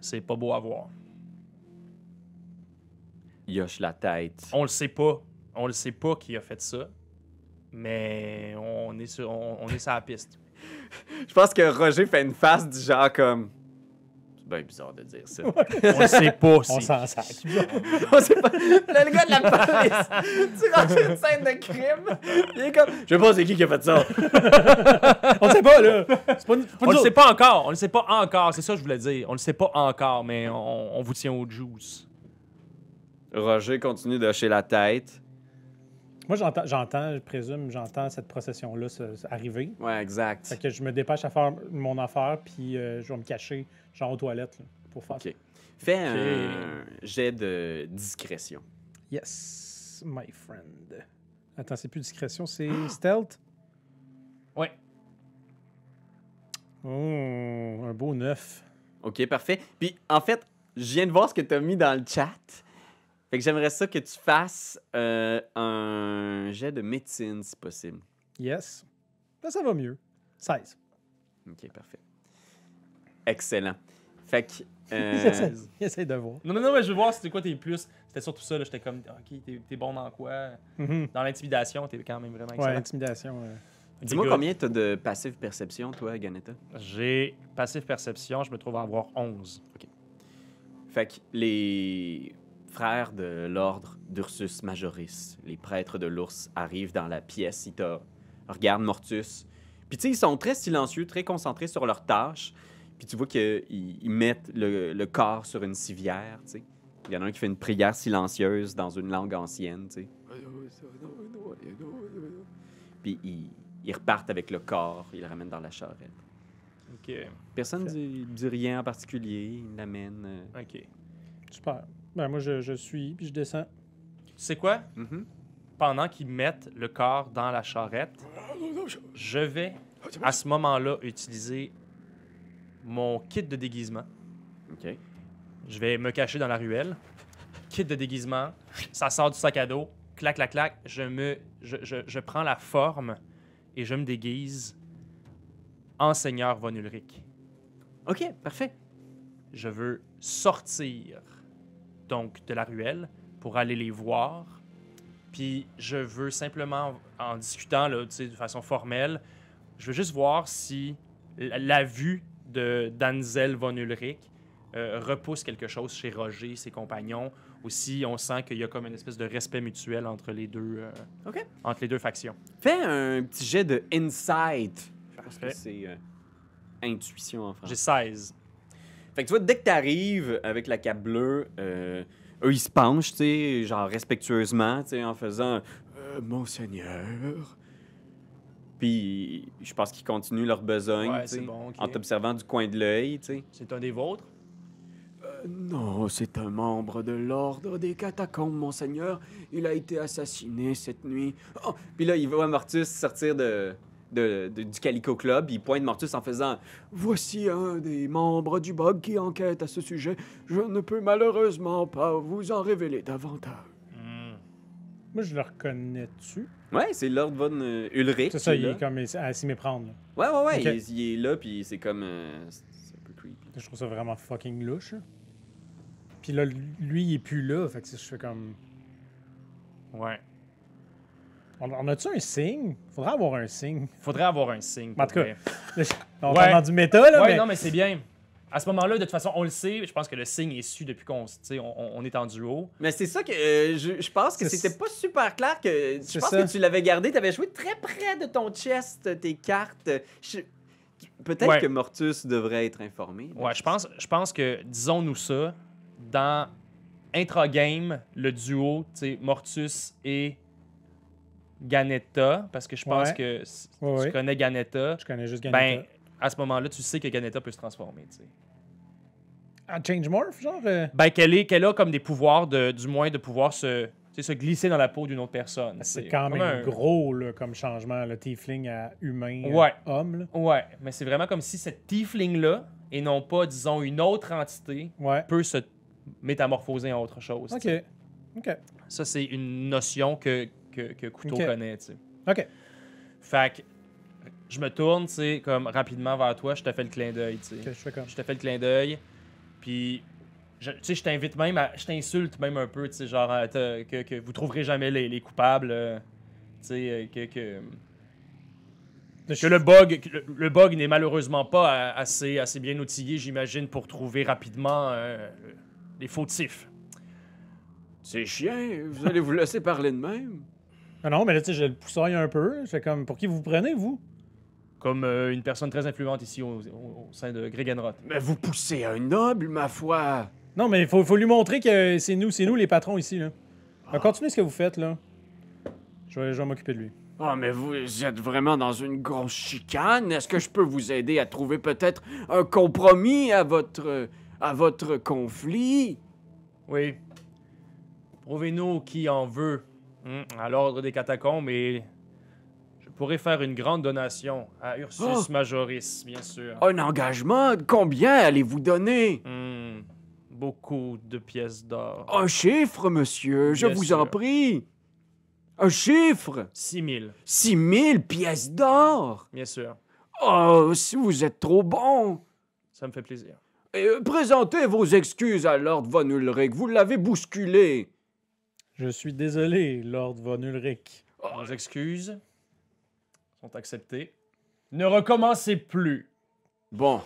[SPEAKER 4] c'est pas beau à voir.
[SPEAKER 1] Ils hochent la tête.
[SPEAKER 4] On le sait pas. On le sait pas qui a fait ça. Mais on est sur, on, on est sur la piste.
[SPEAKER 1] Je pense que Roger fait une face du genre comme. C'est bien bizarre de dire ça.
[SPEAKER 4] On le sait pas.
[SPEAKER 3] On
[SPEAKER 4] c'est-
[SPEAKER 3] s'en sac.
[SPEAKER 1] On sait pas. Le, le gars de la police, tu rentres une scène de crime, il est comme. Je sais pas c'est qui qui a fait ça.
[SPEAKER 3] On sait pas, là. C'est pas, une- pas
[SPEAKER 4] On
[SPEAKER 3] nous
[SPEAKER 4] le
[SPEAKER 3] autres.
[SPEAKER 4] sait pas encore. On le sait pas encore. C'est ça que je voulais dire. On le sait pas encore, mais on, on vous tient au juice.
[SPEAKER 1] Roger continue de hocher la tête.
[SPEAKER 3] Moi, j'entends, j'entends, je présume, j'entends cette procession-là se- se- arriver.
[SPEAKER 1] Ouais,
[SPEAKER 3] Fait
[SPEAKER 1] exact.
[SPEAKER 3] que je me dépêche à faire mon affaire, puis euh, je vais me cacher, genre aux toilettes, là, pour faire
[SPEAKER 1] Ok. Fais un jet de discrétion.
[SPEAKER 3] Yes, my friend. Attends, c'est plus discrétion, c'est stealth?
[SPEAKER 4] Ouais.
[SPEAKER 3] Oh, un beau neuf.
[SPEAKER 1] Ok, parfait. Puis en fait, je viens de voir ce que t'as mis dans le chat. Fait que j'aimerais ça que tu fasses euh, un jet de médecine si possible.
[SPEAKER 3] Yes. Là, ça va mieux. 16.
[SPEAKER 1] Ok, parfait. Excellent. Fait que.
[SPEAKER 3] Il
[SPEAKER 1] euh,
[SPEAKER 3] essaie- il essaie de voir.
[SPEAKER 4] Non, non, non, mais je veux voir c'était quoi tes plus. C'était surtout ça. là, J'étais comme, ok, t'es- t'es bon dans quoi?
[SPEAKER 3] Mhm.
[SPEAKER 4] Dans l'intimidation, t'es quand même vraiment
[SPEAKER 3] Ouais,
[SPEAKER 4] excellent.
[SPEAKER 3] intimidation. euh.
[SPEAKER 1] Dis-moi
[SPEAKER 4] Des gars.
[SPEAKER 1] combien t'as de passive perception, toi, Ganeta?
[SPEAKER 4] J'ai passive perception, je me trouve à avoir 11.
[SPEAKER 1] Fait que les frères de l'ordre d'Ursus Majoris, les prêtres de l'ours, arrivent dans la pièce. Ils te regardent Mortus. Puis tu sais, ils sont très silencieux, très concentrés sur leur tâche. Puis tu vois qu'ils ils mettent le, le corps sur une civière, tu sais. Il y en a un qui fait une prière silencieuse dans une langue ancienne, tu sais. Puis ils, ils repartent avec le corps, ils le ramènent dans la charrette.
[SPEAKER 4] Ok,
[SPEAKER 1] Personne dit, dit rien en particulier, ils l'amènent. euh,
[SPEAKER 4] ok.
[SPEAKER 3] Super. Ben, moi, je, je suis, puis je descends.
[SPEAKER 4] Tu sais quoi?
[SPEAKER 1] Mhm.
[SPEAKER 4] Pendant qu'ils mettent le corps dans la charrette, je vais à ce moment-là utiliser mon kit de déguisement.
[SPEAKER 1] OK.
[SPEAKER 4] Je vais me cacher dans la ruelle. Kit de déguisement, ça sort du sac à dos, clac, clac, clac. Je, me, je, je, je prends la forme et je me déguise en Seigneur Von Ulrich.
[SPEAKER 1] OK, parfait.
[SPEAKER 4] je veux sortir donc de la ruelle pour aller les voir. Puis je veux simplement, en discutant là, tu sais, de façon formelle, je veux juste voir si la, la vue de Danzel von Ulrich euh, repousse quelque chose chez Roger et ses compagnons, ou si on sent qu'il y a comme une espèce de respect mutuel entre les deux, euh,
[SPEAKER 1] OK.
[SPEAKER 4] entre les deux factions.
[SPEAKER 1] Fais un petit jet de insight. Je pense que
[SPEAKER 4] Parfait.
[SPEAKER 1] c'est euh, intuition en
[SPEAKER 4] J'ai
[SPEAKER 1] français.
[SPEAKER 4] 16.
[SPEAKER 1] Fait que tu vois, dès que t'arrives avec la cape bleue, euh, Eux, ils se penchent, tu sais, genre respectueusement, tu sais, en faisant Euh, Monseigneur. Puis je pense qu'ils continuent leur besogne,
[SPEAKER 4] Ouais,
[SPEAKER 1] tu sais,
[SPEAKER 4] c'est bon, ok.
[SPEAKER 1] en t'observant du coin de l'œil, tu sais.
[SPEAKER 4] C'est un des vôtres?
[SPEAKER 1] Euh, Non, c'est un membre de l'ordre des catacombes, monseigneur. Il a été assassiné cette nuit. Oh! Puis là, il voit Mortus sortir de, de- de- du Calico Club. Il pointe Mortus en faisant Voici un des membres du bug qui enquête à ce sujet. Je ne peux malheureusement pas vous en révéler davantage.
[SPEAKER 4] Hmm.
[SPEAKER 3] Moi, je le reconnais-tu?
[SPEAKER 1] Ouais, c'est Lord von euh, Ulrich.
[SPEAKER 3] C'est ça,
[SPEAKER 1] qui
[SPEAKER 3] il
[SPEAKER 1] là.
[SPEAKER 3] est comme à s'y méprendre. là.
[SPEAKER 1] Ouais, ouais, ouais.
[SPEAKER 3] Ok.
[SPEAKER 1] Il, il est là, puis c'est comme. euh, c'est c'est un peu creepy.
[SPEAKER 3] Je trouve ça vraiment fucking louche. là. Puis là, lui, il est plus là. Fait que je fais comme.
[SPEAKER 4] Ouais.
[SPEAKER 3] On, on a-tu un signe? Faudrait avoir un signe.
[SPEAKER 4] Faudrait avoir un signe.
[SPEAKER 3] En
[SPEAKER 4] pour
[SPEAKER 3] tout cas,
[SPEAKER 4] vrai.
[SPEAKER 3] Là, je- on
[SPEAKER 4] Ouais.
[SPEAKER 3] parle dans du méta, là.
[SPEAKER 4] ouais,
[SPEAKER 3] mais...
[SPEAKER 4] non, mais c'est bien. À ce moment-là, de toute façon, on le sait. Je pense que le signe est su depuis qu'on tu sais, on, on- on est en duo.
[SPEAKER 1] Mais c'est ça que euh, je, je pense que
[SPEAKER 3] C'est-
[SPEAKER 1] c'était pas super clair que je
[SPEAKER 3] C'est
[SPEAKER 1] pense
[SPEAKER 3] ça.
[SPEAKER 1] que tu l'avais gardé, t'avais joué très près de ton chest tes cartes. Je- Peut-être
[SPEAKER 4] Ouais.
[SPEAKER 1] que Mortus devrait être informé. là.
[SPEAKER 4] Ouais, je pense, je pense que, disons-nous ça, dans Intragame, le duo, tu sais, Mortus et Ganetta, parce que je pense
[SPEAKER 3] Ouais.
[SPEAKER 4] que s-
[SPEAKER 3] Ouais,
[SPEAKER 4] tu
[SPEAKER 3] ouais.
[SPEAKER 4] connais Ganetta,
[SPEAKER 3] Je connais juste Ganeta.
[SPEAKER 4] ben, à ce moment-là, tu sais que Ganetta peut se transformer, tu sais.
[SPEAKER 3] Ah, Change Morph, genre. euh,
[SPEAKER 4] Ben, qu'elle est- qu'elle a comme des pouvoirs, de, du moins, de pouvoir se, tu sais, se glisser dans la peau d'une autre personne.
[SPEAKER 3] Ah, C'est
[SPEAKER 4] tu sais.
[SPEAKER 3] quand
[SPEAKER 4] Comme
[SPEAKER 3] même
[SPEAKER 4] un-
[SPEAKER 3] gros là, comme changement, le tiefling à humain, euh,
[SPEAKER 4] Ouais.
[SPEAKER 3] homme. Là.
[SPEAKER 4] Ouais, mais c'est vraiment comme si cette tiefling-là, et non pas, disons, une autre entité,
[SPEAKER 3] Ouais.
[SPEAKER 4] peut se métamorphoser en autre chose. tu
[SPEAKER 3] Ok.
[SPEAKER 4] sais.
[SPEAKER 3] Ok.
[SPEAKER 4] Ça, c'est une notion que, que, que Couteau
[SPEAKER 3] Ok.
[SPEAKER 4] connaît, tu sais.
[SPEAKER 3] Ok.
[SPEAKER 4] Fait que je me tourne, tu sais, comme rapidement vers toi, je te fais le clin d'œil, tu sais.
[SPEAKER 3] Ok, je fais comme.
[SPEAKER 4] Je te fais le clin d'œil, puis... je- Tu sais, je t'invite même à... Je t'insulte même un peu, tu sais, genre, à te- que, que vous trouverez jamais les, les coupables, euh, tu sais, euh, que... que... Que le bug, que le, le bug n'est malheureusement pas euh, assez, assez bien outillé, j'imagine, pour trouver rapidement euh, les fautifs.
[SPEAKER 1] C'est chiant, vous allez vous laisser parler de même.
[SPEAKER 3] Ah non, mais là, tu sais, je le poussaille un peu. Je fais comme, pour qui vous prenez, vous?
[SPEAKER 4] Comme euh, une personne très influente ici au, au- au sein de Gregenroth.
[SPEAKER 1] Mais vous poussez un noble, ma foi.
[SPEAKER 3] Non, mais il faut, faut lui montrer que c'est nous, c'est nous les patrons ici, là.
[SPEAKER 4] Ah.
[SPEAKER 3] Euh, Continuez ce que vous faites, là. Je vais, je vais m'occuper de lui.
[SPEAKER 1] Oh, mais vous êtes vraiment dans une grosse chicane. Est-ce que je peux vous aider à trouver peut-être un compromis à votre, à votre conflit?
[SPEAKER 4] Oui. Prouvez-nous qui en veut hmm, à l'ordre des catacombes et je pourrais faire une grande donation à Ursus
[SPEAKER 1] Oh!
[SPEAKER 4] Majoris, bien sûr.
[SPEAKER 1] Un engagement? Combien allez-vous donner?
[SPEAKER 4] Hmm, beaucoup de pièces d'or.
[SPEAKER 1] Un chiffre, monsieur, je
[SPEAKER 4] Bien
[SPEAKER 1] vous en
[SPEAKER 4] sûr.
[SPEAKER 1] prie. Un chiffre
[SPEAKER 4] 6000,
[SPEAKER 1] 6000 pièces d'or
[SPEAKER 4] bien sûr.
[SPEAKER 1] Oh, si vous êtes trop bon
[SPEAKER 4] Ça me fait plaisir.
[SPEAKER 1] Euh, Présentez vos excuses à Lord Von Ulrich, vous l'avez bousculé.
[SPEAKER 3] Je suis désolé, Lord Von Ulrich.
[SPEAKER 4] Nos excuses sont acceptées. Ne recommencez plus.
[SPEAKER 1] Bon,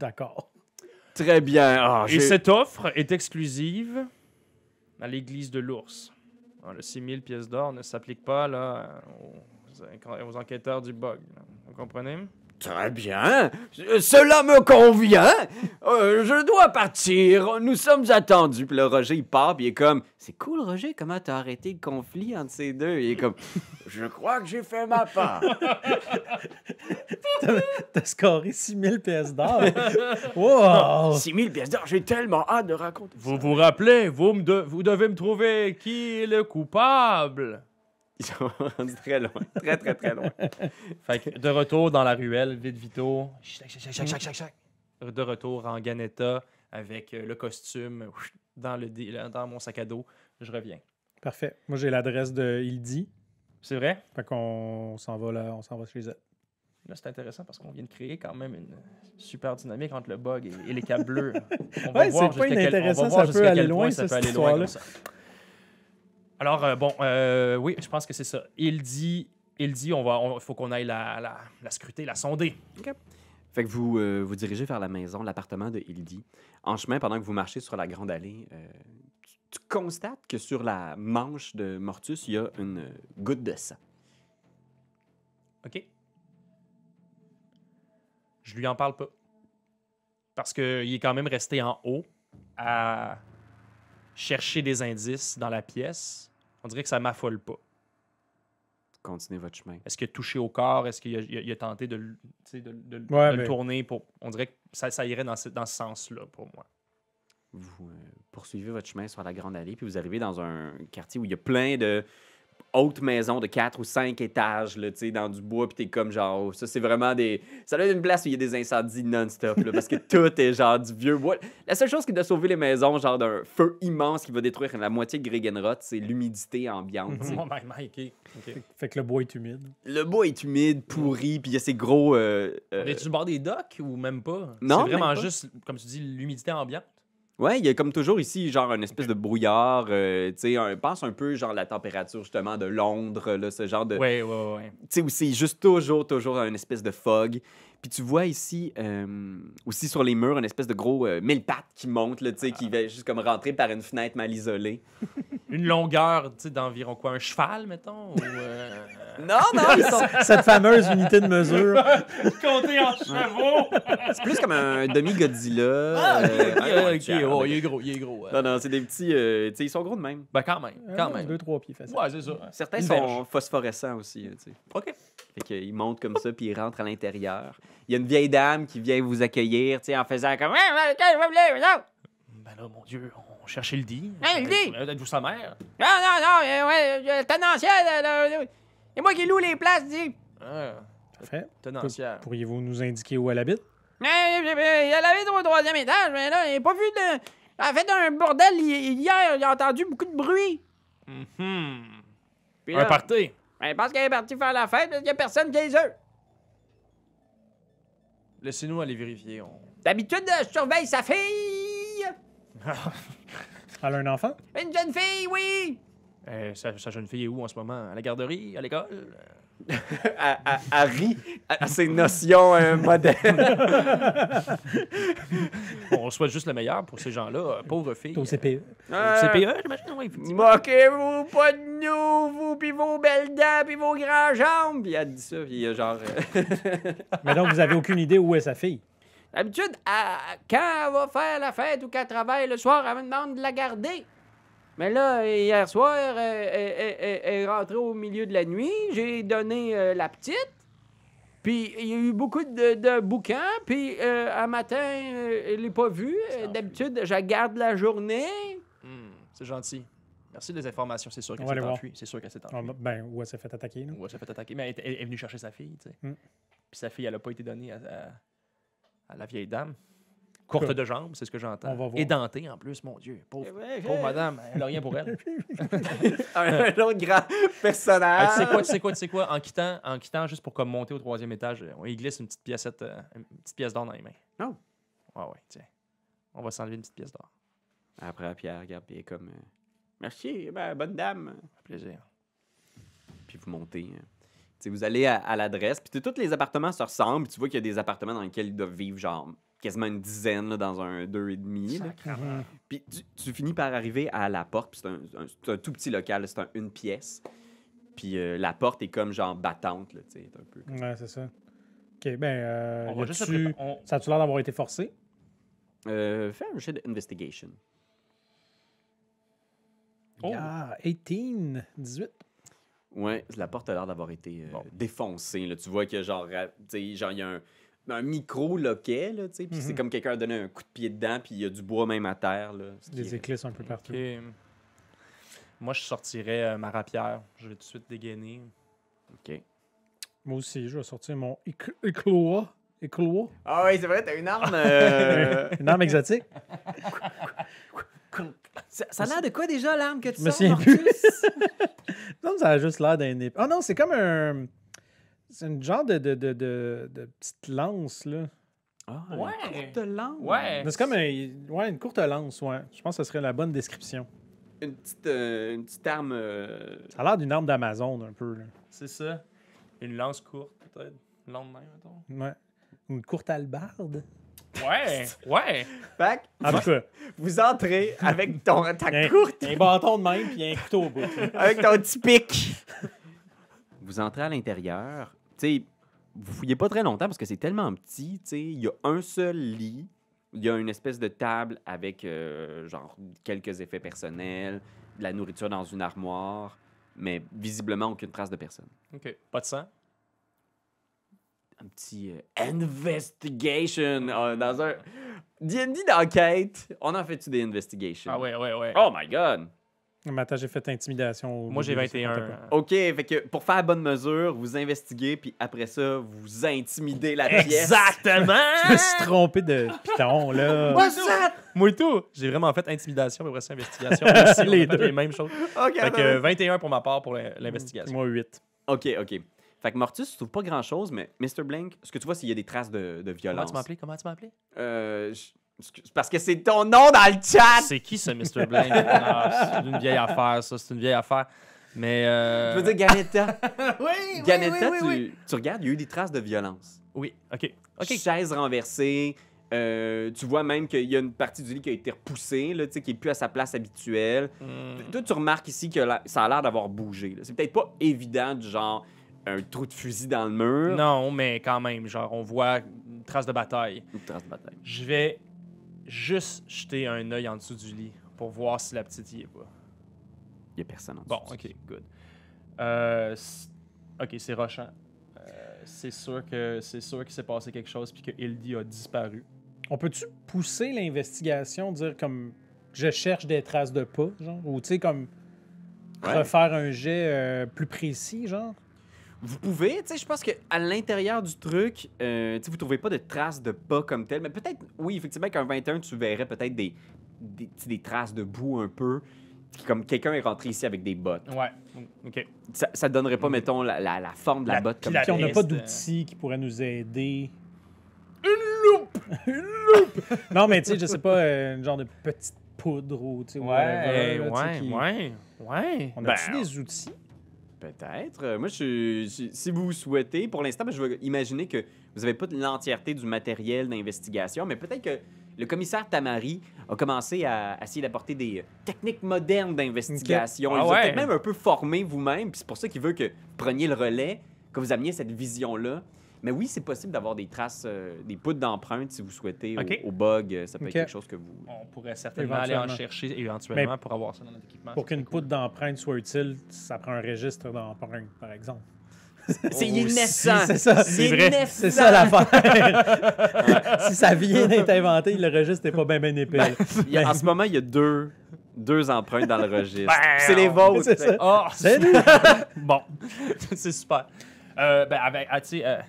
[SPEAKER 3] D'accord.
[SPEAKER 1] très bien. Ah,
[SPEAKER 4] Et
[SPEAKER 1] j'ai-
[SPEAKER 4] cette offre est exclusive à l'église de l'ours. Ah, Le 6000 pièces d'or ne s'applique pas là, aux, aux enquêteurs du bug. là. Vous comprenez?
[SPEAKER 1] Très bien. Euh, Cela me convient. Euh, je dois partir. Nous sommes attendus. Puis là, Roger, il part, puis il est comme C'est cool, Roger, comment t'as arrêté le conflit entre ces deux Il est comme Je crois que j'ai fait ma part.
[SPEAKER 3] T'as scoré 6000 pièces d'or. wow!
[SPEAKER 1] 6000 pièces d'or, j'ai tellement hâte de raconter.
[SPEAKER 4] Oh. Vous vous rappelez, vous, me de- vous devez me trouver qui est le coupable.
[SPEAKER 1] Ils sont rendus très loin, très très très loin.
[SPEAKER 4] Fait que de retour dans la ruelle, vite vito. Chac, chac, chac, chac, chac, chac, chac. De retour en Ganetta avec euh, le costume ouch, dans, le, dé- dans mon sac à dos. Je reviens.
[SPEAKER 3] Parfait. Moi, j'ai l'adresse de Ildi.
[SPEAKER 4] C'est vrai?
[SPEAKER 3] Fait qu'on s'en va là, on s'en va chez elle.
[SPEAKER 4] Là, c'est intéressant parce qu'on vient de créer quand même une super dynamique entre le bug et, et les câbles bleus. On
[SPEAKER 3] Ouais, c'est pas
[SPEAKER 4] jusqu'à
[SPEAKER 3] inintéressant,
[SPEAKER 4] on va
[SPEAKER 3] ça
[SPEAKER 4] voir jusqu'à
[SPEAKER 3] peut
[SPEAKER 4] quel
[SPEAKER 3] aller
[SPEAKER 4] point
[SPEAKER 3] loin, ça,
[SPEAKER 4] ça peut
[SPEAKER 3] cette
[SPEAKER 4] aller loin comme
[SPEAKER 3] histoire-là.
[SPEAKER 4] ça. Alors, euh, bon, euh, oui, je pense que c'est ça. Il dit, il dit, on va, on- faut qu'on aille la, la, la scruter, la sonder.
[SPEAKER 1] Fait que vous euh, vous dirigez vers la maison, l'appartement de Hildy. En chemin, pendant que vous marchez sur la grande allée, euh, tu, tu constates que sur la manche de Mortus, il y a une euh, goutte de sang.
[SPEAKER 4] OK? Je lui en parle pas. Parce qu'il est quand même resté en haut à chercher des indices dans la pièce, on dirait que ça m'affole pas.
[SPEAKER 1] Continuez votre chemin.
[SPEAKER 4] Est-ce qu'il a touché au corps? Est-ce qu'il a, il a- il a tenté de, le- tu sais, de- de- de
[SPEAKER 3] Ouais,
[SPEAKER 4] le
[SPEAKER 3] mais-
[SPEAKER 4] tourner? pour On dirait que ça, ça irait dans ce, dans ce sens-là pour moi.
[SPEAKER 1] Vous euh, poursuivez votre chemin sur la grande allée, puis vous arrivez dans un quartier où il y a plein de hautes maisons de 4 ou 5 étages, là, tu sais, dans du bois, puis t'es comme genre, oh, ça c'est vraiment des... Ça doit être une place où il y a des incendies non-stop, là, parce que tout est genre du vieux bois. La seule chose qui doit sauver les maisons, genre d'un feu immense qui va détruire la moitié de Gregenrod, c'est l'humidité ambiante. tu sais.
[SPEAKER 4] Oh my, my, ok.
[SPEAKER 3] Fait- Fait que le bois est humide.
[SPEAKER 1] Le bois est humide, pourri, puis il y a ces gros... euh, euh,
[SPEAKER 4] On est du bord des docks ou même pas?
[SPEAKER 1] Non,
[SPEAKER 4] C'est vraiment
[SPEAKER 1] même pas.
[SPEAKER 4] juste, comme tu dis, l'humidité ambiante.
[SPEAKER 1] Ouais, il y a comme toujours ici, genre, une espèce de brouillard, euh, tu sais, un- pense un peu, genre, la température, justement, de Londres, là, ce genre de...
[SPEAKER 4] Ouais, ouais, ouais.
[SPEAKER 1] Tu sais, où c'est juste toujours, toujours une espèce de fog. Puis tu vois ici, euh, aussi sur les murs, une espèce de gros euh, mille pattes qui monte, là, tu sais, qui va juste comme rentrer par une fenêtre mal isolée.
[SPEAKER 4] Une longueur, tu sais, d'environ quoi? Un cheval, mettons? Ou, euh,
[SPEAKER 1] Non, non, ils sont-
[SPEAKER 3] Cette fameuse unité de mesure.
[SPEAKER 4] Compté en chevaux!
[SPEAKER 1] c'est plus comme un demi-Godzilla. euh,
[SPEAKER 4] Ah,
[SPEAKER 1] un
[SPEAKER 4] ok,
[SPEAKER 1] tiers,
[SPEAKER 4] oh,
[SPEAKER 1] mais-
[SPEAKER 4] il est gros, il est gros. ouais.
[SPEAKER 1] Non, non, c'est des petits... euh, tu sais, ils sont gros de même.
[SPEAKER 4] Ben, quand même, quand même.
[SPEAKER 3] Deux, trois pieds facile.
[SPEAKER 4] Ouais, c'est ça.
[SPEAKER 1] Certains
[SPEAKER 4] Une
[SPEAKER 1] sont
[SPEAKER 4] verge.
[SPEAKER 1] phosphorescents aussi, euh, tu sais.
[SPEAKER 4] OK.
[SPEAKER 1] Fait qu'ils montent comme ça, puis ils rentrent à l'intérieur. Il y a une vieille dame qui vient vous accueillir, tu sais, en faisant comme... hein, Hey, hey, qu'est-ce que vous voulez, vous autres?
[SPEAKER 4] Ben là, mon Dieu, on cherchait le dit.
[SPEAKER 5] Hey, le dit!
[SPEAKER 4] Êtes-vous sa mère?
[SPEAKER 5] Non, non, non, euh, ouais, euh, tenancière, euh, euh, c'est moi qui loue les places, dis.
[SPEAKER 4] Ah,
[SPEAKER 3] Parfait.
[SPEAKER 4] tenancière.
[SPEAKER 3] Pourriez-vous nous indiquer où elle habite?
[SPEAKER 5] Euh, euh, Elle avait au troisième étage, mais là, j'ai pas vu de. Elle a fait un bordel hi- hier, j'ai entendu beaucoup de bruit.
[SPEAKER 4] Mhm.
[SPEAKER 5] Puis
[SPEAKER 4] Un
[SPEAKER 5] Mm-hmm. là,
[SPEAKER 4] party.
[SPEAKER 5] ben, je pense qu'elle est partie faire la fête parce qu'il y a personne chez eux.
[SPEAKER 4] Laissez-nous aller vérifier. On...
[SPEAKER 5] D'habitude, euh, je surveille sa fille.
[SPEAKER 3] Elle a un enfant?
[SPEAKER 5] Une jeune fille, oui.
[SPEAKER 4] Eh, sa, sa jeune fille est où en ce moment? À la garderie? À l'école?
[SPEAKER 1] Elle- elle- elle rit à, à ces notions euh, modernes.
[SPEAKER 4] on souhaite juste le meilleur pour ces gens-là. euh, Pauvres filles. Hmm,
[SPEAKER 3] Au CPE.
[SPEAKER 4] Au
[SPEAKER 1] Euh,
[SPEAKER 3] E,
[SPEAKER 4] CPE, j'imagine, oui. effectivement.
[SPEAKER 1] Moquez-vous pas de nous, vous, puis vos belles dents, puis vos grands jambes. Puis elle dit ça, puis il y a genre... euh,
[SPEAKER 3] Mais donc, vous avez aucune idée où est sa fille?
[SPEAKER 5] D'habitude, elle- quand elle va faire la fête ou qu'elle travaille le soir, elle me demande de la garder. Mais là, hier soir, euh, elle, elle- elle- elle est rentrée au milieu de la nuit. J'ai donné euh, la petite. Puis il y a eu beaucoup de, de bouquins. Puis euh, un matin, euh, je l'ai pas vue. Euh,
[SPEAKER 4] S'enfuit.
[SPEAKER 5] D'habitude, je la garde la journée.
[SPEAKER 4] Hmm, c'est gentil. Merci des informations. C'est
[SPEAKER 3] On
[SPEAKER 4] sûr qu'elle
[SPEAKER 3] va
[SPEAKER 4] s'est
[SPEAKER 3] aller voir.
[SPEAKER 4] enfuie. C'est sûr qu'elle s'est
[SPEAKER 3] Ah,
[SPEAKER 4] enfuie.
[SPEAKER 3] ben, où elle s'est fait attaquer, là?
[SPEAKER 4] Ouais, ça fait attaquer. Mais elle, est- elle est venue chercher sa fille, tu sais.
[SPEAKER 3] Hmm.
[SPEAKER 4] Puis sa fille, elle a pas été donnée à, à- à la vieille dame. Courte
[SPEAKER 3] Cool.
[SPEAKER 4] de jambes, c'est ce que j'entends.
[SPEAKER 3] On va voir.
[SPEAKER 4] Édentée en plus, mon Dieu.
[SPEAKER 5] Eh
[SPEAKER 4] Pauvre, pauvre madame, elle a rien pour elle.
[SPEAKER 1] un, un autre grand
[SPEAKER 4] Ah,
[SPEAKER 1] personnage.
[SPEAKER 4] tu sais quoi, tu sais quoi, tu sais quoi, en quittant, en quittant juste pour comme monter au troisième étage, euh, on y glisse une petite piècette, euh, une petite pièce d'or dans les mains.
[SPEAKER 1] Non.
[SPEAKER 4] Ah ouais, tiens. On va s'enlever une petite pièce d'or.
[SPEAKER 1] Après, Pierre regarde, puis il est comme... euh, Merci, ben, bonne dame.
[SPEAKER 4] Ça fait plaisir.
[SPEAKER 1] puis vous montez. euh, tu sais, vous allez à, à l'adresse, puis tous les appartements se ressemblent. puis Tu vois qu'il y a des appartements dans lesquels ils doivent vivre genre quasiment une dizaine là, dans un deux et demi. là.
[SPEAKER 4] Ah.
[SPEAKER 3] Mhm.
[SPEAKER 1] Puis tu, tu finis par arriver à la porte, puis c'est un, un- c'est un tout petit local, là, c'est un- une pièce. Puis euh, la porte est comme genre battante, là, tu sais, est un peu.
[SPEAKER 3] Ouais, c'est ça. OK, ben, euh,
[SPEAKER 4] on va
[SPEAKER 3] y
[SPEAKER 4] juste se
[SPEAKER 3] a-tu-
[SPEAKER 4] prépa- on-
[SPEAKER 3] Ça a-tu l'air d'avoir été forcé?
[SPEAKER 1] Euh, fais un jet d'investigation.
[SPEAKER 4] Oh.
[SPEAKER 3] Ah, 18, 18.
[SPEAKER 1] Ouais, la porte a l'air d'avoir été euh,
[SPEAKER 4] Bon.
[SPEAKER 1] défoncée. Là. Tu vois que genre, ra- tu sais, genre il y a un, un micro loquet, là, tu sais, puis c'est
[SPEAKER 3] Mhm.
[SPEAKER 1] comme quelqu'un a donné un coup de pied dedans, puis il y a du bois même à terre. Là, ce qui
[SPEAKER 3] Des
[SPEAKER 1] est-
[SPEAKER 3] éclisses un peu partout.
[SPEAKER 4] Oh! Ok. Moi, je sortirais euh, ma rapière. Je vais tout de suite dégainer.
[SPEAKER 3] Moi aussi, je vais sortir mon éc- écloa. Écloa?
[SPEAKER 1] Ah oui, c'est vrai, t'as une arme. euh,
[SPEAKER 3] Une arme exotique?
[SPEAKER 1] ça, ça a l'air de quoi déjà l'arme que tu
[SPEAKER 3] Je me
[SPEAKER 1] sors,
[SPEAKER 3] souviens
[SPEAKER 1] Marcus?
[SPEAKER 3] Non, ça a juste l'air d'un épée. Ah non, c'est comme un. C'est une genre de, de, de, de, de petite lance, là.
[SPEAKER 1] Ah,
[SPEAKER 4] Ouais.
[SPEAKER 1] une courte langue.
[SPEAKER 4] Ouais.
[SPEAKER 3] Mais C'est comme un- ouais, une courte lance, ouais. Je pense que ce serait la bonne description.
[SPEAKER 1] Une petite, euh, une petite arme. euh,
[SPEAKER 3] Ça a l'air d'une arme d'Amazon, un peu, là.
[SPEAKER 4] C'est ça. Une lance courte, peut-être. Longue main, mettons.
[SPEAKER 3] Ouais. Une courte albarde.
[SPEAKER 4] Ouais, ouais.
[SPEAKER 1] Fait que
[SPEAKER 3] En tout cas,
[SPEAKER 1] vous entrez avec ton, ta
[SPEAKER 3] un,
[SPEAKER 1] courte,
[SPEAKER 3] un bâton de même puis un couteau au bout.
[SPEAKER 1] avec ton petit pic. Vous entrez à l'intérieur. Tu sais, vous fouillez pas très longtemps parce que c'est tellement petit. Tu sais, il y a un seul lit. Il y a une espèce de table avec euh, genre quelques effets personnels, de la nourriture dans une armoire, mais visiblement aucune trace de personne.
[SPEAKER 4] OK. Pas de sang.
[SPEAKER 1] Un petit euh, investigation euh, dans un D&D d'enquête. On en fait-tu des investigations
[SPEAKER 4] Ah ouais, ouais, ouais.
[SPEAKER 1] Oh my god.
[SPEAKER 3] Mais attends, j'ai fait intimidation. au
[SPEAKER 4] Moi, j'ai
[SPEAKER 3] début, ça comptait
[SPEAKER 4] 21.
[SPEAKER 3] pas.
[SPEAKER 4] hein.
[SPEAKER 1] OK, fait que pour faire bonne mesure, vous investiguez puis après ça, vous intimidez la pièce.
[SPEAKER 3] Je me suis trompé de piton, là.
[SPEAKER 4] Moi et tout. J'ai vraiment fait intimidation, mais après ça, investigation. Merci,
[SPEAKER 3] Les
[SPEAKER 4] les
[SPEAKER 3] deux.
[SPEAKER 4] les mêmes choses.
[SPEAKER 1] OK.
[SPEAKER 4] Fait
[SPEAKER 1] attends,
[SPEAKER 4] que euh, 21 pour ma part pour l'in- l'investigation.
[SPEAKER 3] Moi, 8.
[SPEAKER 1] OK, OK. Fait que Mortus, tu trouves pas grand-chose, mais Mr. Blank, ce que tu vois, c'est qu'il y a des traces de, de
[SPEAKER 4] Comment
[SPEAKER 1] violence.
[SPEAKER 4] tu m'as appelé? Comment tu m'as appelé?
[SPEAKER 1] Euh, je- excuse- parce que c'est ton nom dans le chat!
[SPEAKER 4] Ah! C'est qui ce Mr. Blank? Ah, c'est une vieille affaire, ça. C'est une vieille affaire. Mais. euh,
[SPEAKER 1] Je veux dire, Ganetta.
[SPEAKER 6] Oui,
[SPEAKER 1] Ganetta, tu, tu regardes, il y a eu des traces de violence.
[SPEAKER 4] Oui, OK. OK.
[SPEAKER 1] Chaise renversée. euh, tu vois même qu'il y a une partie du lit qui a été repoussée, là, tu sais, qui est plus à sa place habituelle.
[SPEAKER 4] Hmm.
[SPEAKER 1] Toi, tu remarques ici que la- ça a l'air d'avoir bougé. là. C'est peut-être pas évident, du genre un trou de fusil dans le mur.
[SPEAKER 4] Non, mais quand même, genre, on voit une trace de bataille.
[SPEAKER 1] Une trace de bataille.
[SPEAKER 4] Je vais juste jeter un œil en dessous du lit pour voir si la petite y est pas.
[SPEAKER 1] Il y a personne en
[SPEAKER 4] Bon,
[SPEAKER 1] dessous.
[SPEAKER 4] ok, good. Euh, c- ok, c'est rochant. Euh, c'est sûr que c'est sûr qu'il s'est passé quelque chose puis que Hildy a disparu.
[SPEAKER 3] On peut-tu pousser l'investigation, dire comme je cherche des traces de pas, genre, ou tu sais, comme
[SPEAKER 1] Ouais.
[SPEAKER 3] refaire un jet euh, plus précis, genre?
[SPEAKER 1] Vous pouvez, tu sais, je pense que à l'intérieur du truc, euh, tu sais, vous trouvez pas de traces de pas comme telles, mais peut-être, oui, effectivement, qu'un 21, tu verrais peut-être des, des, tu sais, des traces de boue un peu, comme quelqu'un est rentré ici avec des bottes.
[SPEAKER 4] Ouais. Mm. Ok.
[SPEAKER 1] Ça, ça donnerait pas, mettons, la, la- la forme de la,
[SPEAKER 4] La-
[SPEAKER 1] botte comme
[SPEAKER 4] la-
[SPEAKER 3] Puis on n'a pas
[SPEAKER 4] reste, euh,
[SPEAKER 3] d'outils qui pourraient nous aider. Une loupe! Une loupe! non, mais tu sais, je sais pas, euh, une genre de petite poudre ou, tu sais, whatever, là, tu sais,
[SPEAKER 4] ouais,
[SPEAKER 3] qui-
[SPEAKER 4] ouais, ouais.
[SPEAKER 3] On a-tu
[SPEAKER 1] Ben,
[SPEAKER 3] des outils?
[SPEAKER 1] Peut-être. Euh, Moi, je, je- si vous souhaitez, pour l'instant, ben, je vais imaginer que vous n'avez pas de l'entièreté du matériel d'investigation, mais peut-être que le commissaire Tamari a commencé à, à essayer d'apporter des euh, techniques modernes d'investigation.
[SPEAKER 4] Ok.
[SPEAKER 1] Il
[SPEAKER 4] Ah
[SPEAKER 1] vous a
[SPEAKER 4] ouais.
[SPEAKER 1] peut-être même un peu formé vous-même, puis c'est pour ça qu'il veut que vous preniez le relais, que vous ameniez cette vision-là. Mais oui, c'est possible d'avoir des traces, euh, des poudres d'empreinte si vous souhaitez, au-
[SPEAKER 4] Ok.
[SPEAKER 1] au, bug. euh, Ça peut
[SPEAKER 3] Ok.
[SPEAKER 1] être quelque chose que vous.
[SPEAKER 4] On pourrait certainement aller en
[SPEAKER 3] Éventuellement.
[SPEAKER 4] chercher éventuellement
[SPEAKER 3] Mais-
[SPEAKER 4] pour avoir ça dans notre équipement.
[SPEAKER 3] Pour qu'une poudre d'empreinte soit utile, ça prend un registre d'empreinte, par exemple.
[SPEAKER 1] C'est
[SPEAKER 4] aussi,
[SPEAKER 1] innocent!
[SPEAKER 3] c'est ça,
[SPEAKER 4] c'est vrai.
[SPEAKER 1] innocent!
[SPEAKER 3] C'est ça l'affaire. si ça vient d'être inventé, le registre n'est pas bien ben épais. là.
[SPEAKER 1] Il y a- en ce moment, il y a deux, deux empreintes dans le registre.
[SPEAKER 4] Bam!
[SPEAKER 1] Puis C'est les vôtres.
[SPEAKER 3] C'est ça.
[SPEAKER 4] Oh,
[SPEAKER 3] C'est nous.
[SPEAKER 4] bon, c'est super. Euh, ben, avec, ah, tu sais, euh,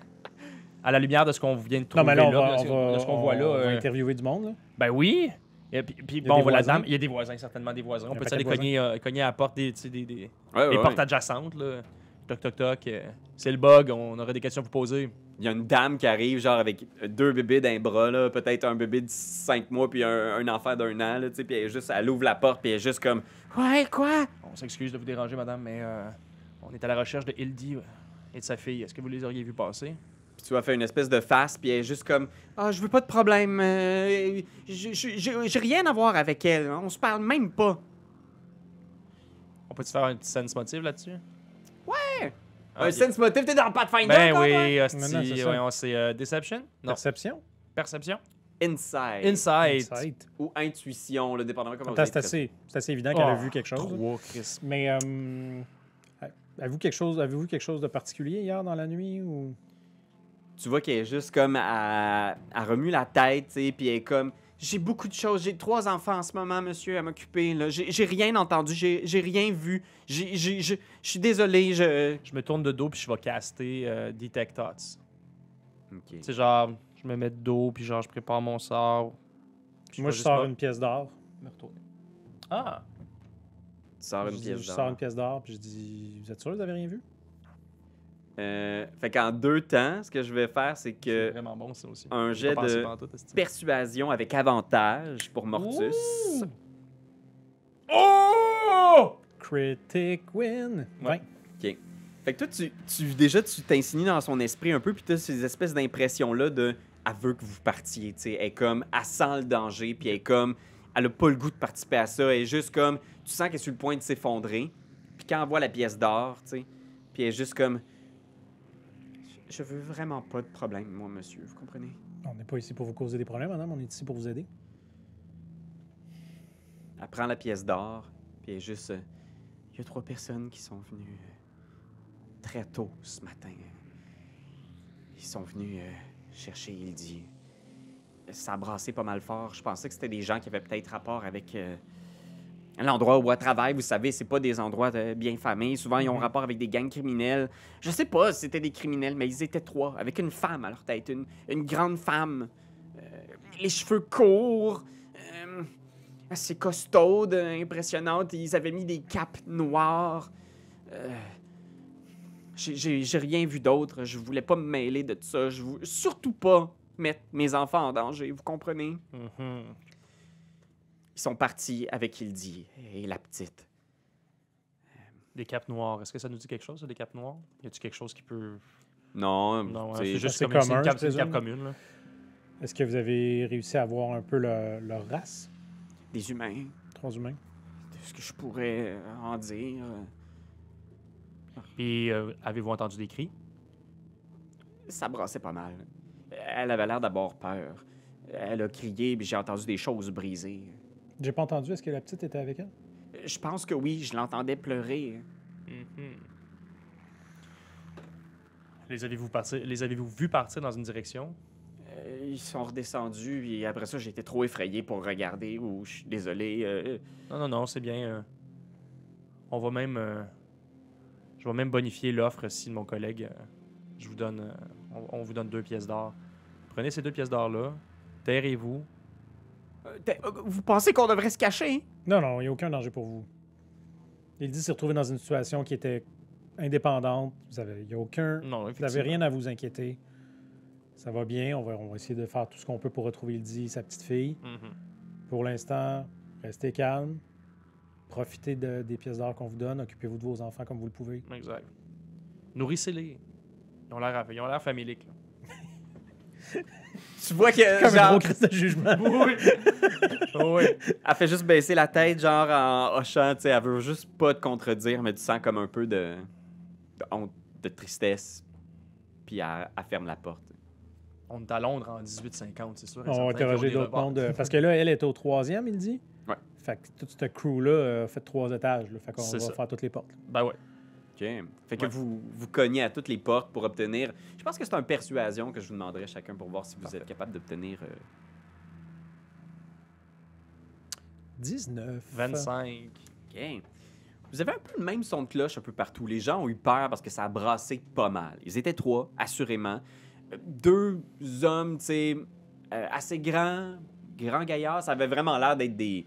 [SPEAKER 4] à la lumière de ce qu'on vient de
[SPEAKER 3] non,
[SPEAKER 4] trouver
[SPEAKER 3] mais là, on
[SPEAKER 4] là,
[SPEAKER 3] va,
[SPEAKER 4] de
[SPEAKER 3] on
[SPEAKER 4] ce- de
[SPEAKER 3] va,
[SPEAKER 4] ce qu'on
[SPEAKER 3] on-
[SPEAKER 4] voit là,
[SPEAKER 3] on va
[SPEAKER 4] euh,
[SPEAKER 3] interviewer du monde. là.
[SPEAKER 4] Ben oui. Et puis, puis,
[SPEAKER 3] y a
[SPEAKER 4] bon,
[SPEAKER 3] des
[SPEAKER 4] on va
[SPEAKER 3] voisins.
[SPEAKER 4] là-dedans. Il y a des voisins, certainement des voisins.
[SPEAKER 3] Il
[SPEAKER 4] On
[SPEAKER 3] y a un
[SPEAKER 4] peut
[SPEAKER 3] paquet
[SPEAKER 4] aller
[SPEAKER 3] de
[SPEAKER 4] cogner, euh, cogner à la porte des, tu sais, des, des-
[SPEAKER 1] Ah Ouais, ouais,
[SPEAKER 4] des
[SPEAKER 1] ouais.
[SPEAKER 4] portes adjacentes. Là. Toc, toc, toc. euh, C'est le bug. On aurait des questions à vous poser.
[SPEAKER 1] Il y a une dame qui arrive, genre, avec deux bébés d'un bras, là, peut-être un bébé de cinq mois, puis un, un enfant d'un an, là, tu sais, puis elle, est juste, elle ouvre la porte, puis elle est juste comme Ouais, quoi
[SPEAKER 4] On s'excuse de vous déranger, madame, mais euh, on est à la recherche de Hildy euh, et de sa fille. Est-ce que vous les auriez vus passer?
[SPEAKER 1] Puis tu vas faire une espèce de face, puis elle est juste comme Ah, je veux pas de problème. euh, je- je- je- J'ai rien à voir avec elle. On se parle même pas.
[SPEAKER 4] On peut-tu faire un petit sense motive là-dessus? Ah, Ouais!
[SPEAKER 1] un sense motif, t'es dans Pathfinder.
[SPEAKER 4] Ben
[SPEAKER 1] toi, toi?
[SPEAKER 4] oui, hostie,
[SPEAKER 3] Non, non, c'est ça.
[SPEAKER 4] voyons, c'est euh, Deception? Non,
[SPEAKER 3] Perception?
[SPEAKER 4] Perception?
[SPEAKER 1] Insight.
[SPEAKER 4] Insight.
[SPEAKER 3] Insight.
[SPEAKER 1] Ou intuition, là, dépendamment comment
[SPEAKER 3] Attends,
[SPEAKER 1] vous êtes
[SPEAKER 3] c'est assez, c'est assez évident qu'elle a
[SPEAKER 4] Oh,
[SPEAKER 3] vu quelque chose. là.
[SPEAKER 4] Trois, Chris.
[SPEAKER 3] Mais euh, avez-vous quelque chose, avez-vous quelque chose de particulier hier dans la nuit ou
[SPEAKER 1] tu vois qu'elle est juste comme à, à remue la tête, tu sais, puis elle est comme j'ai beaucoup de choses, j'ai trois enfants en ce moment, monsieur, à m'occuper. là. J'ai j'ai rien entendu, j'ai j'ai rien vu. J'ai- j'ai- Je je suis désolé, je.
[SPEAKER 4] Je me tourne de dos puis je vais caster euh, Detect Thoughts.
[SPEAKER 1] Ok.
[SPEAKER 4] Tu sais, genre, je me mets de dos, puis genre, je prépare mon sort. puis
[SPEAKER 3] Moi,
[SPEAKER 4] vais
[SPEAKER 3] je
[SPEAKER 4] juste
[SPEAKER 3] sors
[SPEAKER 4] me-
[SPEAKER 3] une pièce d'or.
[SPEAKER 4] me retourner. Ah!
[SPEAKER 1] Tu sors
[SPEAKER 3] Je,
[SPEAKER 1] une
[SPEAKER 3] dis-
[SPEAKER 1] pièce
[SPEAKER 3] je sors
[SPEAKER 1] d'or.
[SPEAKER 3] une pièce d'or, puis je dis, vous êtes sûr que vous avez rien vu
[SPEAKER 1] Euh, fait qu'en deux temps, ce que je vais faire, c'est
[SPEAKER 4] C'est
[SPEAKER 1] que
[SPEAKER 4] vraiment bon, ça aussi.
[SPEAKER 1] un
[SPEAKER 4] J'ai
[SPEAKER 1] jet
[SPEAKER 4] pas pensé
[SPEAKER 1] de
[SPEAKER 4] pantoute à ce type.
[SPEAKER 1] persuasion avec avantage pour Mortus.
[SPEAKER 4] Ouh! Oh!
[SPEAKER 3] Critic win.
[SPEAKER 4] Ouais.
[SPEAKER 3] Vingt.
[SPEAKER 1] Fait que toi, tu, tu- déjà, tu t'insignies dans son esprit un peu, puis t'as ces espèces d'impressions-là de « elle veut que vous partiez », tu sais. Elle est comme « elle sent le danger », puis elle est comme « elle a pas le goût de participer à ça », elle est juste comme « tu sens qu'elle est sur le point de s'effondrer », puis quand elle voit la pièce d'or, tu sais, puis elle est juste comme «
[SPEAKER 5] Je veux vraiment pas de problème, moi, monsieur, vous comprenez?
[SPEAKER 3] On n'est pas ici pour vous causer des problèmes, madame, on est ici pour vous aider.
[SPEAKER 5] Elle prend la pièce d'or, puis elle est juste. euh, Il y a trois personnes qui sont venues euh, très tôt ce matin. Ils sont venus euh, chercher Hildy. Ça a brassé pas mal fort. Je pensais que c'était des gens qui avaient peut-être rapport avec euh, l'endroit où elle travaille. Vous savez, c'est pas des endroits euh, bien famés. Souvent,
[SPEAKER 6] Mhm.
[SPEAKER 5] ils ont rapport avec des gangs criminels. Je sais pas si c'était des criminels, mais ils étaient trois, avec une femme à leur tête, une, une grande femme. Euh, les cheveux courts. euh, assez costaude, impressionnante. Ils avaient mis des capes noires. Euh, j'ai- J'ai j'ai rien vu d'autre. Je voulais pas me mêler de tout ça. Je voulais surtout pas mettre mes enfants en danger, vous comprenez?
[SPEAKER 4] Mhm.
[SPEAKER 5] Ils sont partis avec Hildy et la petite.
[SPEAKER 4] Des capes noires. Est-ce que ça nous dit quelque chose, ça, des capes noires Y a-tu quelque chose qui peut.
[SPEAKER 6] Non, euh,
[SPEAKER 4] Non, hein,
[SPEAKER 6] c'est-
[SPEAKER 4] c'est juste
[SPEAKER 3] assez
[SPEAKER 4] comme une- c'est
[SPEAKER 3] commun,
[SPEAKER 4] une cape,
[SPEAKER 3] je
[SPEAKER 4] c'est une cape
[SPEAKER 3] présume.
[SPEAKER 4] commune. Là.
[SPEAKER 3] Est-ce que vous avez réussi à voir un peu leur, leur race,
[SPEAKER 5] Des humains.
[SPEAKER 3] trois humains?
[SPEAKER 5] de ce que je pourrais euh, en dire?
[SPEAKER 4] Puis, euh, avez-vous entendu des cris
[SPEAKER 5] Ça brassait pas mal. Elle avait l'air d'avoir peur. Elle a crié, puis j'ai entendu des choses briser.
[SPEAKER 3] J'ai pas entendu, est-ce que la petite était avec elle?
[SPEAKER 5] Je pense que oui, je l'entendais pleurer.
[SPEAKER 4] Mhm. Les avez-vous parti... les avez-vous vus partir dans une direction
[SPEAKER 5] Euh, Ils sont redescendus et après ça, j'étais trop effrayé pour regarder ou je suis désolé. euh,
[SPEAKER 4] Non, non, non, c'est bien. euh, On va même. euh, Je vais même bonifier l'offre si mon collègue. euh, Je vous donne. euh, On, on vous donne deux pièces d'or. Prenez ces deux pièces d'or-là. Tairez-vous.
[SPEAKER 5] euh, t'es- euh, vous pensez qu'on devrait se cacher?
[SPEAKER 3] Non, non, il n'y a aucun danger pour vous. Il dit se retrouver dans une situation qui était indépendante. Vous avez, il y a aucun.
[SPEAKER 4] Non,
[SPEAKER 3] Vous n'avez
[SPEAKER 4] Mm, effectivement.
[SPEAKER 3] rien à vous inquiéter. Ça va bien. On va, on va essayer de faire tout ce qu'on peut pour retrouver Ildi et sa petite fille.
[SPEAKER 4] Mhm.
[SPEAKER 3] Pour l'instant, restez calme. Profitez de- des pièces d'or qu'on vous donne. Occupez-vous de vos enfants comme vous le pouvez.
[SPEAKER 4] Exact. Nourrissez-les. Ils ont l'air, ils ont l'air familiques. là.
[SPEAKER 5] Tu vois que
[SPEAKER 3] Comme un
[SPEAKER 5] genre,
[SPEAKER 3] gros crise de jugement.
[SPEAKER 4] Oh, oui.
[SPEAKER 5] elle fait juste baisser la tête, genre en hochant, tu sais, elle veut juste pas te contredire, mais tu sens comme un peu de, de honte, de tristesse. Puis elle, elle ferme la porte.
[SPEAKER 4] On est à Londres en 1850, c'est sûr. et
[SPEAKER 3] On va
[SPEAKER 4] certain, puis on
[SPEAKER 3] interroger
[SPEAKER 4] est
[SPEAKER 3] d'autres
[SPEAKER 4] là-bas.
[SPEAKER 3] mondes. euh, Parce que là, elle est au troisième, il dit.
[SPEAKER 5] Ouais.
[SPEAKER 3] Fait que toute cette crew-là euh, fait trois étages. là. Fait qu'on
[SPEAKER 4] C'est
[SPEAKER 3] va
[SPEAKER 4] ça.
[SPEAKER 3] faire toutes les portes.
[SPEAKER 4] Ben ouais.
[SPEAKER 5] OK. Fait que
[SPEAKER 4] Ouais.
[SPEAKER 5] vous, vous cognez à toutes les portes pour obtenir. Je pense que c'est un persuasion que je vous demanderai chacun pour voir si vous êtes capable d'obtenir. euh,
[SPEAKER 3] 19.
[SPEAKER 4] 25.
[SPEAKER 5] euh, OK. Vous avez un peu le même son de cloche un peu partout. Les gens ont eu peur parce que ça a brassé pas mal. Ils étaient trois, assurément. Euh, Deux hommes, tu sais, euh, assez grands, grands gaillards. Ça avait vraiment l'air d'être des.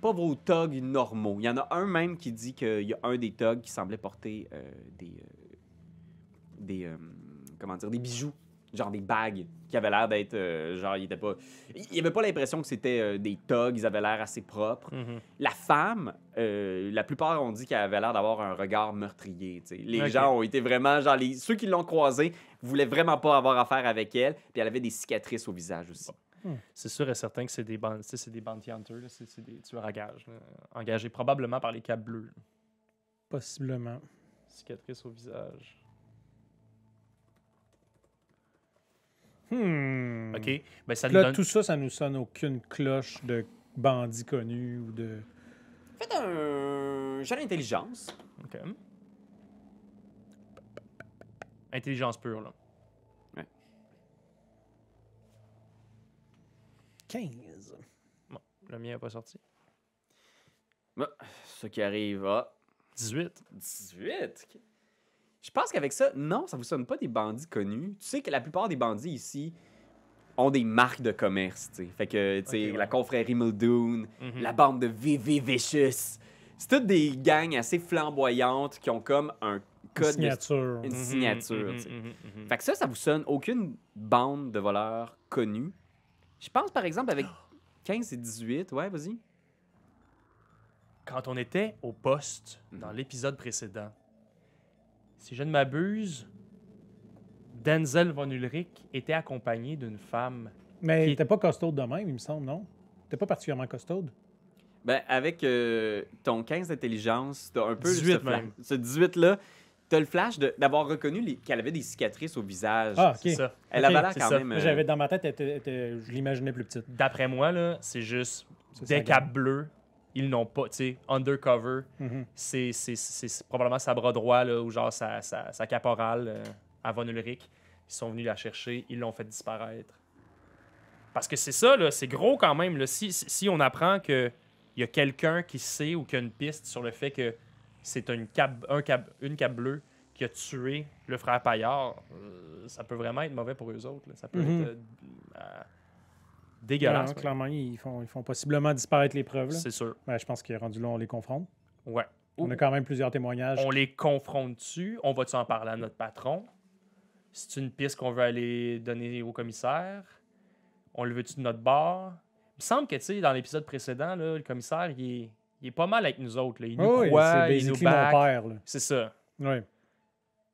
[SPEAKER 5] Pas vos togs normaux. Il y en a un même qui dit qu'il y a un des togs qui semblait porter euh, des. euh, des. euh, comment dire Des bijoux. Genre des bagues qui avaient l'air d'être. euh, genre, il était pas. Il n'y avait pas l'impression que c'était euh, des togs. Ils avaient l'air assez propres.
[SPEAKER 4] Mhm.
[SPEAKER 5] La femme, euh, la plupart ont dit qu'elle avait l'air d'avoir un regard meurtrier. tu sais. Les
[SPEAKER 4] Ok.
[SPEAKER 5] gens ont été vraiment, genre, les, ceux qui l'ont croisée voulaient vraiment pas avoir affaire avec elle, puis elle avait des cicatrices au visage aussi.
[SPEAKER 4] C'est sûr et certain que c'est des, ban- tu sais, c'est des bounty hunters, là, c'est c'est des tueurs à gages, là, engagés probablement par les capes bleus. là.
[SPEAKER 3] Possiblement.
[SPEAKER 4] Cicatrice au visage.
[SPEAKER 3] Hmm.
[SPEAKER 4] OK. Ben, ça nous
[SPEAKER 3] Là,
[SPEAKER 4] donne...
[SPEAKER 3] tout ça, ça nous sonne aucune cloche de bandit connu ou de.
[SPEAKER 5] Faites un jeu d'intelligence.
[SPEAKER 4] OK. Intelligence pure, là.
[SPEAKER 3] 15.
[SPEAKER 4] Le mien n'est pas sorti.
[SPEAKER 5] Ce qui arrive à
[SPEAKER 4] 18.
[SPEAKER 5] 18. Je pense qu'avec ça, non, ça vous sonne pas des bandits connus. Tu sais que la plupart des bandits ici ont des marques de commerce. tu sais. Fait que, tu sais,
[SPEAKER 4] Ok, ouais.
[SPEAKER 5] la confrérie Muldoon,
[SPEAKER 4] Mhm.
[SPEAKER 5] la bande de VV Vicious. C'est toutes des gangs assez flamboyantes qui ont comme un code, de-
[SPEAKER 3] signature.
[SPEAKER 4] Mhm,
[SPEAKER 5] une signature.
[SPEAKER 4] mhm,
[SPEAKER 5] tu sais.
[SPEAKER 4] mhm, mhm.
[SPEAKER 5] Fait que ça, ça vous sonne aucune bande de voleurs connue. Je pense, par exemple, avec 15 et 18, ouais, vas-y.
[SPEAKER 4] Quand on était au poste dans
[SPEAKER 5] Mhm.
[SPEAKER 4] l'épisode précédent, si je ne m'abuse, Denzel von Ulrich était accompagné d'une femme.
[SPEAKER 3] Mais
[SPEAKER 4] Qui-
[SPEAKER 3] t'es pas costaud de même, il me semble, non? T'es pas particulièrement costaud.
[SPEAKER 5] Ben, avec euh, ton 15 d'intelligence, t'as un peu
[SPEAKER 4] 18
[SPEAKER 5] ce, fla-
[SPEAKER 4] même.
[SPEAKER 5] ce 18-là,
[SPEAKER 1] T'as le flash de- d'avoir reconnu les- qu'elle avait des cicatrices au visage.
[SPEAKER 3] Ah, ok.
[SPEAKER 4] C'est ça.
[SPEAKER 1] Elle
[SPEAKER 3] Ok,
[SPEAKER 1] avait l'air
[SPEAKER 4] c'est
[SPEAKER 1] quand
[SPEAKER 4] ça.
[SPEAKER 1] même.
[SPEAKER 3] Moi,
[SPEAKER 1] euh,
[SPEAKER 3] J'avais dans ma tête, elle était- elle était- je l'imaginais plus petite.
[SPEAKER 4] D'après moi, là, c'est juste
[SPEAKER 3] C'est
[SPEAKER 4] dès
[SPEAKER 3] ça,
[SPEAKER 4] qu'elle
[SPEAKER 3] gang.
[SPEAKER 4] bleue, ils n'ont pas, tu sais, undercover,
[SPEAKER 3] Mhm.
[SPEAKER 4] c'est- c'est- c'est c'est probablement sa bras droit, là, ou genre sa, sa, sa caporale, euh, à Von Ulrich. Ils sont venus la chercher, ils l'ont fait disparaître. Parce que c'est ça, là, c'est gros quand même. Là. Si, si- si on apprend que il y a quelqu'un qui sait ou qui a une piste sur le fait que c'est une cape, un cap- une cape bleue qui a tué le frère Paillard, euh, ça peut vraiment être mauvais pour eux autres. là. Ça peut
[SPEAKER 3] Mhm.
[SPEAKER 4] être euh, euh, dégueulasse.
[SPEAKER 3] Non,
[SPEAKER 4] ouais.
[SPEAKER 3] Ah, clairement, ils font, ils font possiblement disparaître les preuves. là.
[SPEAKER 4] C'est sûr.
[SPEAKER 3] Ben, je pense que rendu là, on les confronte.
[SPEAKER 4] Ouais.
[SPEAKER 3] On a quand même plusieurs témoignages.
[SPEAKER 4] On les confronte-tu? On va-tu en parler à notre patron? C'est une piste qu'on veut aller donner au commissaire? On le veut-tu de notre bord? Il me semble que, tu sais, dans l'épisode précédent, là, le commissaire, il est, il est pas mal avec nous autres. là. Il nous
[SPEAKER 3] Oh, oui,
[SPEAKER 4] croit,
[SPEAKER 3] c'est
[SPEAKER 4] il nous
[SPEAKER 3] basically mon
[SPEAKER 4] back.
[SPEAKER 3] père. là.
[SPEAKER 4] C'est ça.
[SPEAKER 3] Oui.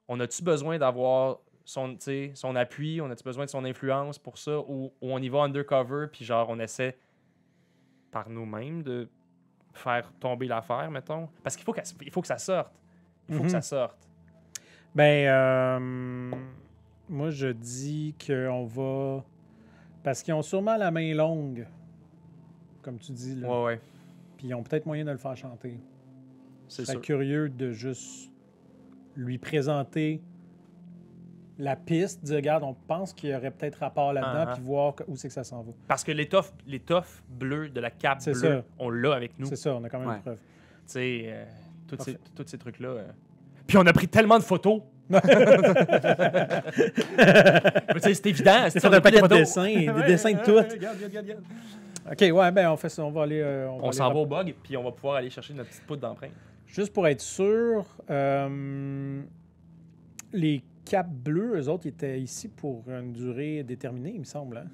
[SPEAKER 4] On a-tu besoin d'avoir son, tu sais, son appui? On a-tu besoin de son influence pour ça? Ou, ou on y va undercover, puis genre, on essaie par nous-mêmes de faire tomber l'affaire, mettons? Parce qu'il faut, qu'elle- il faut que ça sorte. Il faut
[SPEAKER 3] Mhm.
[SPEAKER 4] que ça sorte.
[SPEAKER 3] Ben, euh, moi, je dis qu'on va. Parce qu'ils ont sûrement la main longue, comme tu dis. Là.
[SPEAKER 4] Ouais, ouais.
[SPEAKER 3] Puis ils ont peut-être moyen de le faire chanter.
[SPEAKER 4] C'est
[SPEAKER 3] Je serais
[SPEAKER 4] sûr.
[SPEAKER 3] curieux de juste lui présenter la piste, dire regarde, on pense qu'il y aurait peut-être rapport là-dedans,
[SPEAKER 4] Ah, ah.
[SPEAKER 3] puis voir que- où c'est que ça s'en va.
[SPEAKER 4] Parce que l'étoffe, l'étoffe bleue de la cape
[SPEAKER 3] C'est
[SPEAKER 4] bleue,
[SPEAKER 3] ça.
[SPEAKER 4] on l'a avec nous.
[SPEAKER 3] C'est
[SPEAKER 4] Tu
[SPEAKER 3] ça, on a quand même
[SPEAKER 1] Ouais.
[SPEAKER 3] une preuve.
[SPEAKER 4] sais, euh, tous ces,
[SPEAKER 3] Parfait.
[SPEAKER 4] tous ces trucs-là. euh. Puis on a pris tellement de photos. Mais tu sais, c'est évident. c'est-
[SPEAKER 3] C'est
[SPEAKER 4] on a
[SPEAKER 3] un
[SPEAKER 4] pris
[SPEAKER 3] paquet de
[SPEAKER 4] photos.
[SPEAKER 3] dessins, des dessins de tout. OK, ouais, ben on fait ça, on va aller... euh, on va
[SPEAKER 4] On
[SPEAKER 3] aller
[SPEAKER 4] s'en va
[SPEAKER 3] rap-
[SPEAKER 4] au bug, puis on va pouvoir aller chercher notre petite poudre d'empreinte.
[SPEAKER 3] Juste pour être sûr, euh, les capes bleues, eux autres, ils étaient ici pour une durée déterminée, il me semble. hein.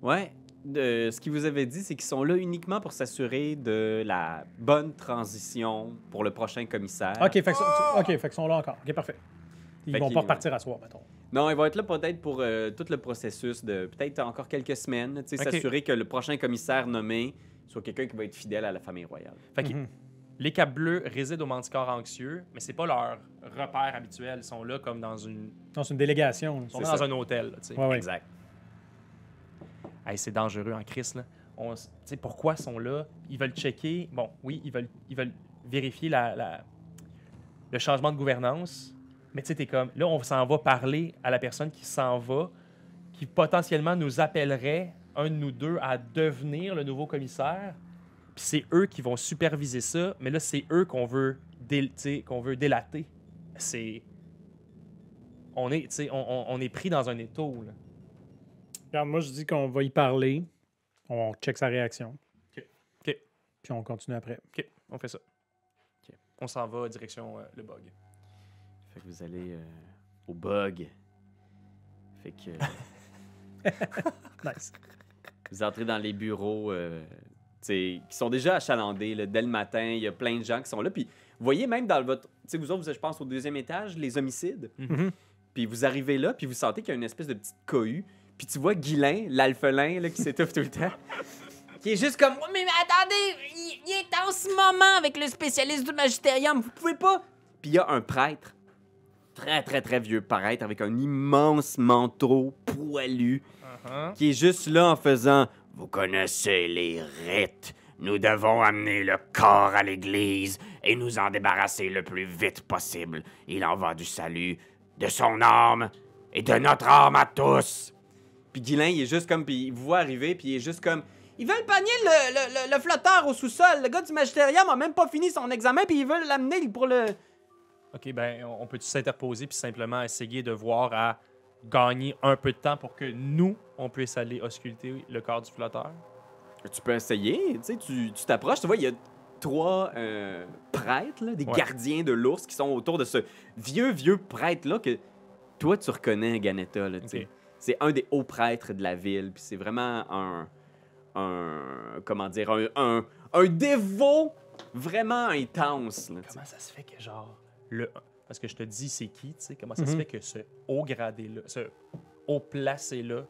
[SPEAKER 1] Ouais. De- ce qu'ils vous avaient dit, c'est qu'ils sont là uniquement pour s'assurer de la bonne transition pour le prochain commissaire.
[SPEAKER 3] OK, fait que, ça- OK, fait qu'ils sont là encore. OK, parfait. Ils
[SPEAKER 1] Ah. Fait
[SPEAKER 3] vont
[SPEAKER 1] qu'ils-
[SPEAKER 3] pas repartir à soir, mettons.
[SPEAKER 1] Non, ils vont être là peut-être pour euh, tout le processus de peut-être encore quelques semaines, tu sais,
[SPEAKER 4] Ok.
[SPEAKER 1] s'assurer que le prochain commissaire nommé soit quelqu'un qui va être fidèle à la famille royale.
[SPEAKER 4] Fait que
[SPEAKER 3] Mhm.
[SPEAKER 4] les capes bleues résident aux manticores anxieux, mais c'est pas leur repère habituel. Ils sont là comme dans une,
[SPEAKER 3] Non, c'est une délégation. là.
[SPEAKER 4] ils sont
[SPEAKER 1] C'est
[SPEAKER 4] dans
[SPEAKER 1] ça.
[SPEAKER 4] un hôtel. là, tu sais.
[SPEAKER 3] Ouais, ouais.
[SPEAKER 1] Exact.
[SPEAKER 4] Hey, c'est dangereux en Chris, là. On s- tu sais, pourquoi ils sont là? Ils veulent checker. Bon, oui, ils veulent, ils veulent vérifier la, la- le changement de gouvernance. Mais tu sais, t'es comme, là, on s'en va parler à la personne qui s'en va, qui potentiellement nous appellerait, un de nous deux, à devenir le nouveau commissaire. Puis c'est eux qui vont superviser ça. Mais là, c'est eux qu'on veut, dé- tu sais, qu'on veut délater. C'est. On est, tu sais, on, on- on est pris dans un étau, là.
[SPEAKER 3] Regarde, moi, je dis qu'on va y parler. On check sa réaction.
[SPEAKER 4] OK. OK.
[SPEAKER 3] Puis on continue après.
[SPEAKER 4] OK, on fait ça. On s'en va direction euh, le bug.
[SPEAKER 1] Fait que vous allez euh, au bug. Fait que euh,
[SPEAKER 3] Nice.
[SPEAKER 1] vous entrez dans les bureaux euh, tu sais, qui sont déjà achalandés là, dès le matin. Il y a plein de gens qui sont là. Puis vous voyez même dans votre. tu sais, vous autres, vous êtes, je pense, au deuxième étage, les homicides.
[SPEAKER 4] Mhm.
[SPEAKER 1] Puis vous arrivez là, puis vous sentez qu'il y a une espèce de petite cohue. Puis tu vois Guilain, l'alphelin, là, qui s'étouffe tout le temps.
[SPEAKER 5] Qui est juste comme. Ouais, Mais attendez, il, il est en ce moment avec le spécialiste du magistérium. Vous pouvez pas.
[SPEAKER 1] Puis il y a un prêtre, très, très, très vieux paraître, avec un immense manteau poilu,
[SPEAKER 4] Uh-huh.
[SPEAKER 1] qui est juste là en faisant Vous connaissez les rites. Nous devons amener le corps à l'église et nous en débarrasser le plus vite possible. Il en va du salut, de son âme et de notre âme à tous. Puis Guilain, il est juste comme, puis il vous voit arriver, puis il est juste comme
[SPEAKER 5] Ils veulent pogner le, le- le- le flotteur au sous-sol. Le gars du magistérium a même pas fini son examen, puis ils veulent l'amener pour le.
[SPEAKER 4] OK, ben on on peut-tu s'interposer puis simplement essayer de voir à gagner un peu de temps pour que nous, on puisse aller ausculter le corps du flotteur?
[SPEAKER 1] Tu peux essayer, tu sais, tu tu t'approches, tu vois, il y a trois euh, prêtres, là, des
[SPEAKER 4] Ouais.
[SPEAKER 1] gardiens de l'ours qui sont autour de ce vieux, vieux prêtre-là que toi, tu reconnais, Ganetta, là, tu sais.
[SPEAKER 4] Ok.
[SPEAKER 1] C'est un des hauts prêtres de la ville, puis c'est vraiment un, un, comment dire, un, un, un dévot vraiment intense, là, tu sais.
[SPEAKER 4] Comment ça se fait que genre Mm-hmm. le parce que je te dis c'est qui, tu sais, comment ça se
[SPEAKER 3] Mhm.
[SPEAKER 4] fait que ce haut gradé là, ce haut placé là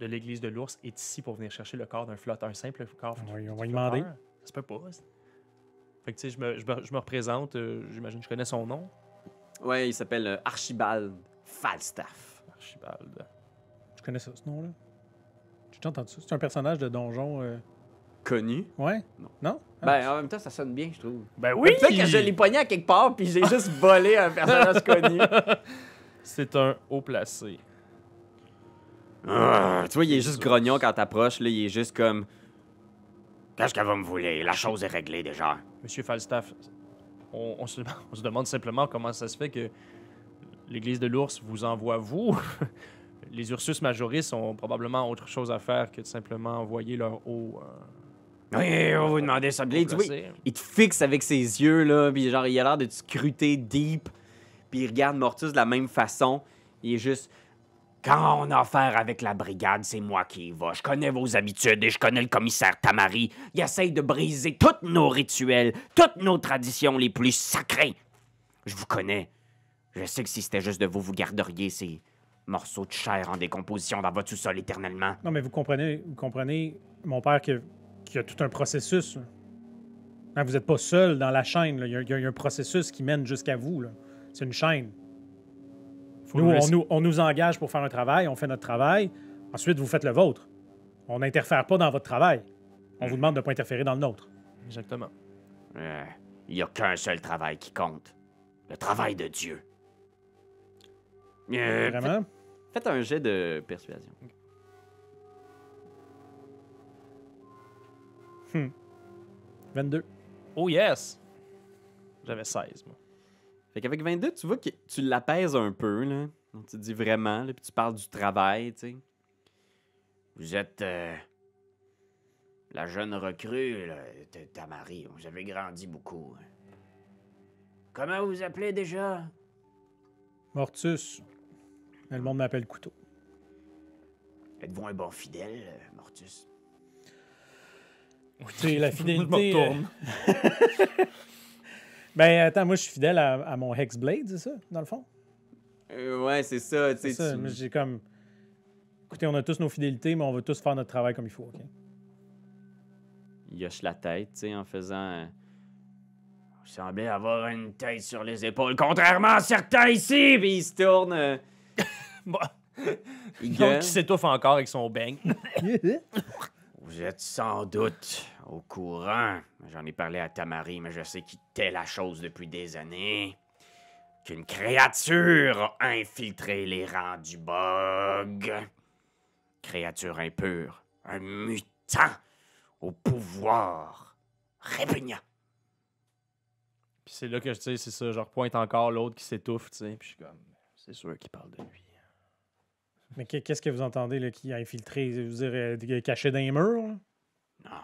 [SPEAKER 4] de l'église de l'ours est ici pour venir chercher le corps d'un flotteur, un simple corps.
[SPEAKER 3] On va y-
[SPEAKER 4] d'un
[SPEAKER 3] on va y
[SPEAKER 4] flotteur?
[SPEAKER 3] demander.
[SPEAKER 4] Ça se peut pas. ça. Fait que tu sais, je me, je me- je me représente, euh, j'imagine que je connais son nom.
[SPEAKER 1] Ouais, il s'appelle euh, Archibald Falstaff.
[SPEAKER 4] Archibald.
[SPEAKER 3] Je connais ça, ce nom-là. J'ai déjà entendu ça. C'est un personnage de donjon. euh,
[SPEAKER 1] Connu.
[SPEAKER 3] Ouais?
[SPEAKER 1] Non.
[SPEAKER 3] Ah,
[SPEAKER 5] Ben, en même temps, ça sonne bien, je trouve.
[SPEAKER 4] Ben oui!
[SPEAKER 5] Peut-être que je l'ai pogné à quelque part, puis j'ai juste volé un personnage connu.
[SPEAKER 4] C'est un haut placé.
[SPEAKER 1] Arr, Ben, tu vois, il est juste grognon quand t'approches, là, il est juste comme.
[SPEAKER 5] Qu'est-ce qu'elle va me vouloir? La chose est réglée déjà.
[SPEAKER 4] Monsieur Falstaff, on, on se, on se demande simplement comment ça se fait que l'Église de l'Ours vous envoie vous. Les Ursus Majoris ont probablement autre chose à faire que de simplement envoyer leur euh, eau.
[SPEAKER 5] Oui, on va vous demander ça.
[SPEAKER 1] Là, il dit oui. Il te fixe avec ses yeux, là, puis genre, il a l'air de te scruter deep, puis il regarde Mortus de la même façon. Il est juste.
[SPEAKER 5] Quand on a affaire avec la brigade, c'est moi qui y va. Je connais vos habitudes et je connais le commissaire Tamari. Il essaye de briser tous nos rituels, toutes nos traditions les plus sacrées. Je vous connais. Je sais que si c'était juste de vous, vous garderiez ces morceaux de chair en décomposition dans votre sous-sol éternellement.
[SPEAKER 3] Non, mais vous comprenez, vous comprenez mon père, qui a, qui a tout un processus. là. Hein, vous n'êtes pas seul dans la chaîne. là. Il y, a- il y a- il y a un processus qui mène jusqu'à vous. là. C'est une chaîne. Nous, on, nous, on nous engage pour faire un travail, on fait notre travail. Ensuite, vous faites le vôtre. On n'interfère pas dans votre travail. On vous demande de ne pas interférer dans le nôtre.
[SPEAKER 4] Exactement.
[SPEAKER 5] Euh, Il n'y a qu'un seul travail qui compte. Le travail de Dieu. Euh,
[SPEAKER 3] Vraiment?
[SPEAKER 1] Faites un jet de persuasion.
[SPEAKER 3] Hmm. 22.
[SPEAKER 4] Oh yes! J'avais 16, moi.
[SPEAKER 1] Fait qu'avec 22, tu vois que tu l'apaises un peu, là. Donc, Tu dis vraiment, là, puis tu parles du travail, tu sais.
[SPEAKER 5] Vous êtes euh, la jeune recrue, là, de Tamari. Vous avez grandi beaucoup. Comment vous vous appelez déjà?
[SPEAKER 3] Mortus. Mais Le monde m'appelle Couteau.
[SPEAKER 5] Êtes-vous un bon fidèle, euh, Mortus?
[SPEAKER 3] C'est la fidélité.
[SPEAKER 4] Je me retourne.
[SPEAKER 3] euh, ben, attends, moi, je suis fidèle à, à mon Hexblade, c'est ça, dans le fond?
[SPEAKER 1] Euh, ouais, c'est ça, tu
[SPEAKER 3] C'est
[SPEAKER 1] sais.
[SPEAKER 3] ça.
[SPEAKER 1] tu-
[SPEAKER 3] Moi, j'ai comme. Écoutez, on a tous nos fidélités, mais on va tous faire notre travail comme il faut, OK?
[SPEAKER 1] Il hoche la tête, tu sais, en faisant. euh,
[SPEAKER 5] Vous semblez avoir une tête sur les épaules, contrairement à certains ici!
[SPEAKER 1] Puis il se tourne. euh,
[SPEAKER 4] Bon.
[SPEAKER 1] il gueule.
[SPEAKER 4] Donc, qui s'étouffe encore avec son beigne.
[SPEAKER 5] Vous êtes sans doute au courant. J'en ai parlé à Tamari, mais je sais qu'il tait la chose depuis des années. Qu'une créature a infiltré les rangs du bug. Créature impure, un mutant au pouvoir répugnant.
[SPEAKER 4] Puis c'est là que je dis, c'est ça, je repointe encore l'autre qui s'étouffe, tu sais. Puis je suis comme, c'est sûr qu'il parle de lui.
[SPEAKER 3] mais qu'est- qu'est-ce que vous entendez, là, qui a infiltré, je veux dire, euh, caché dans les murs, là?
[SPEAKER 5] Non.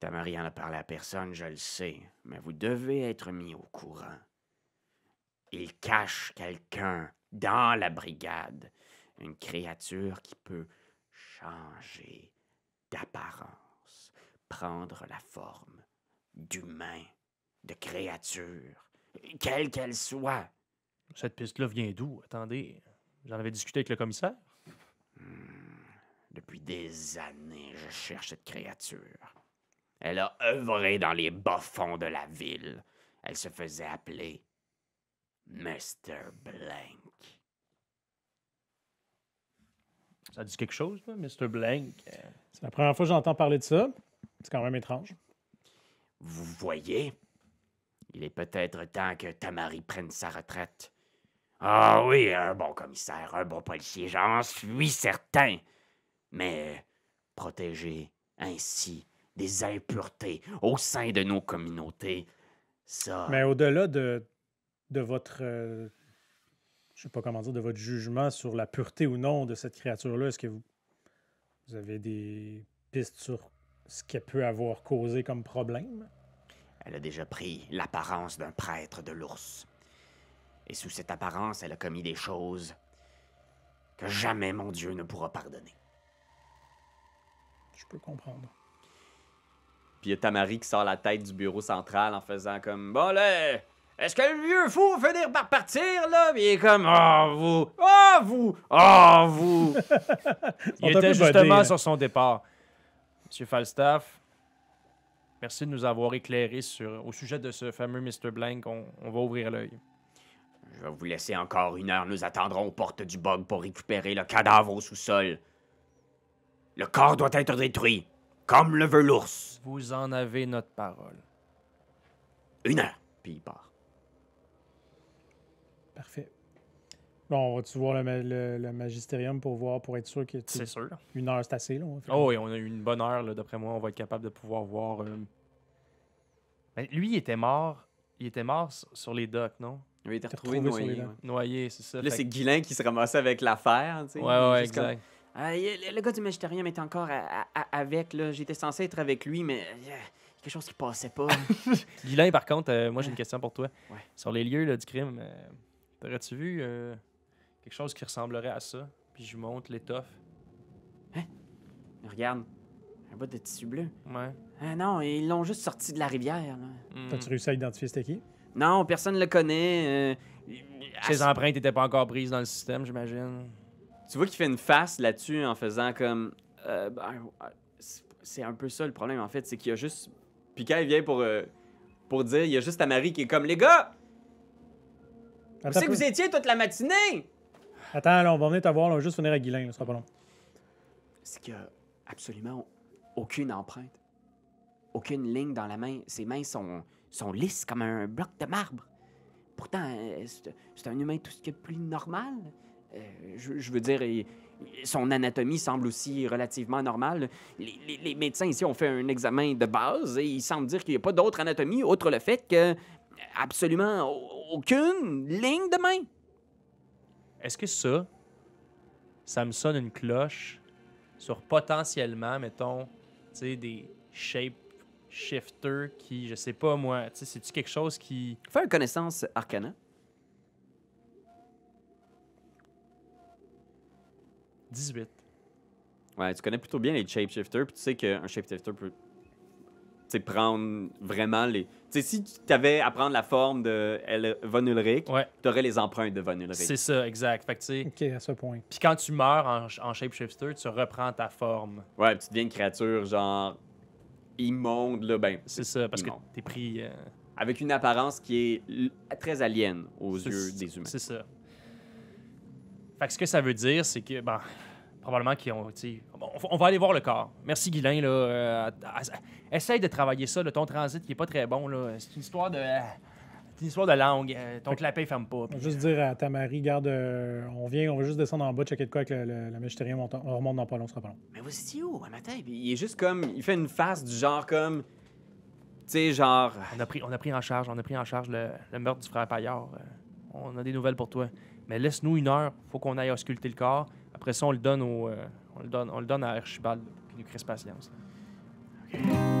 [SPEAKER 5] Tamari en a parlé à personne, je le sais, mais vous devez être mis au courant. Il cache quelqu'un dans la brigade, une créature qui peut changer d'apparence, prendre la forme d'humain, de créature, quelle qu'elle soit.
[SPEAKER 4] Cette piste-là vient d'où? Attendez. J'en avais discuté avec le commissaire.
[SPEAKER 5] Depuis des années, je cherche cette créature. Elle a œuvré dans les bas-fonds de la ville. Elle se faisait appeler Mr. Blank.
[SPEAKER 4] Ça dit quelque chose, là, Mr. Blank? Euh,
[SPEAKER 3] C'est la première fois que j'entends parler de ça. C'est quand même étrange.
[SPEAKER 5] Vous voyez, il est peut-être temps que Tamari prenne sa retraite. Ah oui, un bon commissaire, un bon policier, j'en suis certain. Mais protéger ainsi des impuretés au sein de nos communautés, ça...
[SPEAKER 3] Mais au-delà de, de votre. euh, je sais pas comment dire, de votre jugement sur la pureté ou non de cette créature-là, est-ce que vous, vous avez des pistes sur ce qu'elle peut avoir causé comme problème?
[SPEAKER 5] Elle a déjà pris l'apparence d'un prêtre de l'ours. Et sous cette apparence, elle a commis des choses que jamais mon Dieu ne pourra pardonner.
[SPEAKER 3] Je peux comprendre.
[SPEAKER 1] Puis il y a Tamari qui sort la tête du bureau central en faisant comme Bon là, est-ce que le vieux fou va finir par partir là? Puis il est comme Oh vous, oh vous, oh vous.
[SPEAKER 3] sont un
[SPEAKER 4] Il
[SPEAKER 3] peu
[SPEAKER 4] était
[SPEAKER 3] buddés,
[SPEAKER 4] justement
[SPEAKER 3] là.
[SPEAKER 4] sur son départ. Monsieur Falstaff, merci de nous avoir éclairés sur, au sujet de ce fameux Mr. Blank. On, on va ouvrir l'œil.
[SPEAKER 5] Je vais vous laisser encore une heure. Nous attendrons aux portes du bog pour récupérer le cadavre au sous-sol. Le corps doit être détruit, comme le veut l'ours.
[SPEAKER 4] Vous en avez notre parole.
[SPEAKER 5] Une heure. Puis il part.
[SPEAKER 3] Parfait. Bon, on va-tu voir le, ma- le- le magisterium pour voir, pour être sûr que tu-
[SPEAKER 4] C'est sûr.
[SPEAKER 3] une heure, c'est assez long.
[SPEAKER 4] Oh, et on a eu une bonne heure, là, d'après moi. On va être capable de pouvoir voir. euh, ben, lui, il était mort. Il était mort s- sur les docks, non?
[SPEAKER 1] Il a été
[SPEAKER 3] T'as
[SPEAKER 1] retrouvé
[SPEAKER 3] retrouvé sur
[SPEAKER 1] noyé.
[SPEAKER 3] les
[SPEAKER 1] ouais.
[SPEAKER 3] lames.
[SPEAKER 4] Noyé, c'est ça.
[SPEAKER 1] Là,
[SPEAKER 4] fait
[SPEAKER 1] c'est
[SPEAKER 4] que-
[SPEAKER 1] Guilain qui se ramassait avec l'affaire. tu sais,
[SPEAKER 4] Ouais, ouais,
[SPEAKER 1] juste comme-
[SPEAKER 4] exact.
[SPEAKER 1] Ah, y- le, le gars du magitarium est encore à- à- à- avec. là. J'étais censé être avec lui, mais euh, il y a quelque chose qui passait pas.
[SPEAKER 4] Guilain, par contre, euh, moi, j'ai une question pour toi.
[SPEAKER 1] Ouais.
[SPEAKER 4] Sur les lieux là, du crime, euh, t'aurais-tu vu euh, quelque chose qui ressemblerait à ça? Puis je monte l'étoffe.
[SPEAKER 1] Regarde, un bout de tissu bleu.
[SPEAKER 4] Ouais.
[SPEAKER 1] Ah non, ils l'ont juste sorti de la rivière. là.
[SPEAKER 4] Hmm.
[SPEAKER 3] T'as-tu réussi à identifier c'était qui?
[SPEAKER 1] Non, personne le connaît. euh, à
[SPEAKER 4] Ses empreintes n'étaient pas encore prises dans le système, j'imagine.
[SPEAKER 1] Tu vois qu'il fait une face là-dessus en faisant comme. euh, ben, euh, c'est- c'est un peu ça le problème en fait, c'est qu'il y a juste. Puis quand il vient pour, euh, pour dire, il y a juste ta Marie qui est comme Les gars,
[SPEAKER 3] Attends,
[SPEAKER 1] où c'est
[SPEAKER 3] un
[SPEAKER 1] que
[SPEAKER 3] peu.
[SPEAKER 1] vous étiez toute la matinée
[SPEAKER 3] Attends, là, on va venir te voir, là, on va juste venir à Guilin, là, ce sera pas long.
[SPEAKER 1] C'est qu'il y a absolument aucune empreinte, aucune ligne dans la main. Ses mains sont, sont lisses comme un bloc de marbre. Pourtant, euh, c'est- c'est un humain tout ce qui est plus normal. Euh, je, je veux dire, il- il- son anatomie semble aussi relativement normale. Les, les- les médecins ici ont fait un examen de base et ils semblent dire qu'il n'y a pas d'autre anatomie autre le fait que euh, absolument au- aucune ligne de main.
[SPEAKER 4] Est-ce que ça, ça me sonne une cloche sur potentiellement, mettons, tu sais, des shape shifters qui, je sais pas moi, tu sais, c'est-tu quelque chose qui.
[SPEAKER 1] Fais une connaissance arcana.
[SPEAKER 4] « 18.
[SPEAKER 1] Ouais, tu connais plutôt bien les shapeshifters, puis tu sais qu'un shapeshifter peut tu sais, prendre vraiment les. Tu sais, si tu avais à prendre la forme de El- Von Ulrich,
[SPEAKER 4] Ouais,
[SPEAKER 1] t'aurais les empreintes de Von Ulrich.
[SPEAKER 4] c'est ça, exact. Fait que tu sais.
[SPEAKER 3] Ok, à ce point.
[SPEAKER 4] Puis quand tu meurs en, en shape shifter, tu reprends ta forme.
[SPEAKER 1] Ouais, puis tu deviens une créature genre immonde, là, ben.
[SPEAKER 4] C'est ça, parce que
[SPEAKER 1] Immonde.
[SPEAKER 4] t'es pris. euh,
[SPEAKER 1] Avec une apparence qui est l- très alien aux
[SPEAKER 4] C'est-
[SPEAKER 1] yeux
[SPEAKER 4] c'est-
[SPEAKER 1] des humains.
[SPEAKER 4] C'est ça. Fait que ce que ça veut dire, c'est que, ben, probablement qu'ils ont, tu sais, bon, on va- on va aller voir le corps. Merci, Guilain, là. euh, à- à- essaye de travailler ça, là, ton transit qui est pas très bon, là. C'est une histoire de... c'est une histoire de langue. euh, ton clapet ferme pas.
[SPEAKER 3] On
[SPEAKER 4] puis-
[SPEAKER 3] va juste dire à ta Marie, garde, euh, on vient, on va juste descendre en bas, checker de quoi avec le, le, le magisterium, on, t- on remonte dans pas long, ce sera pas long.
[SPEAKER 1] Mais vous étiez où un matin? Puis il est juste comme. Il fait une face du genre comme. Tu sais, genre.
[SPEAKER 4] On a, pris, on a pris en charge, on a pris en charge le, le meurtre du frère Paillard. Euh, on a des nouvelles pour toi. Mais laisse-nous une heure, faut qu'on aille ausculter le corps. Après ça, on le donne au, euh, on le donne, on le donne à Archibald, qui nous crisse patience. là.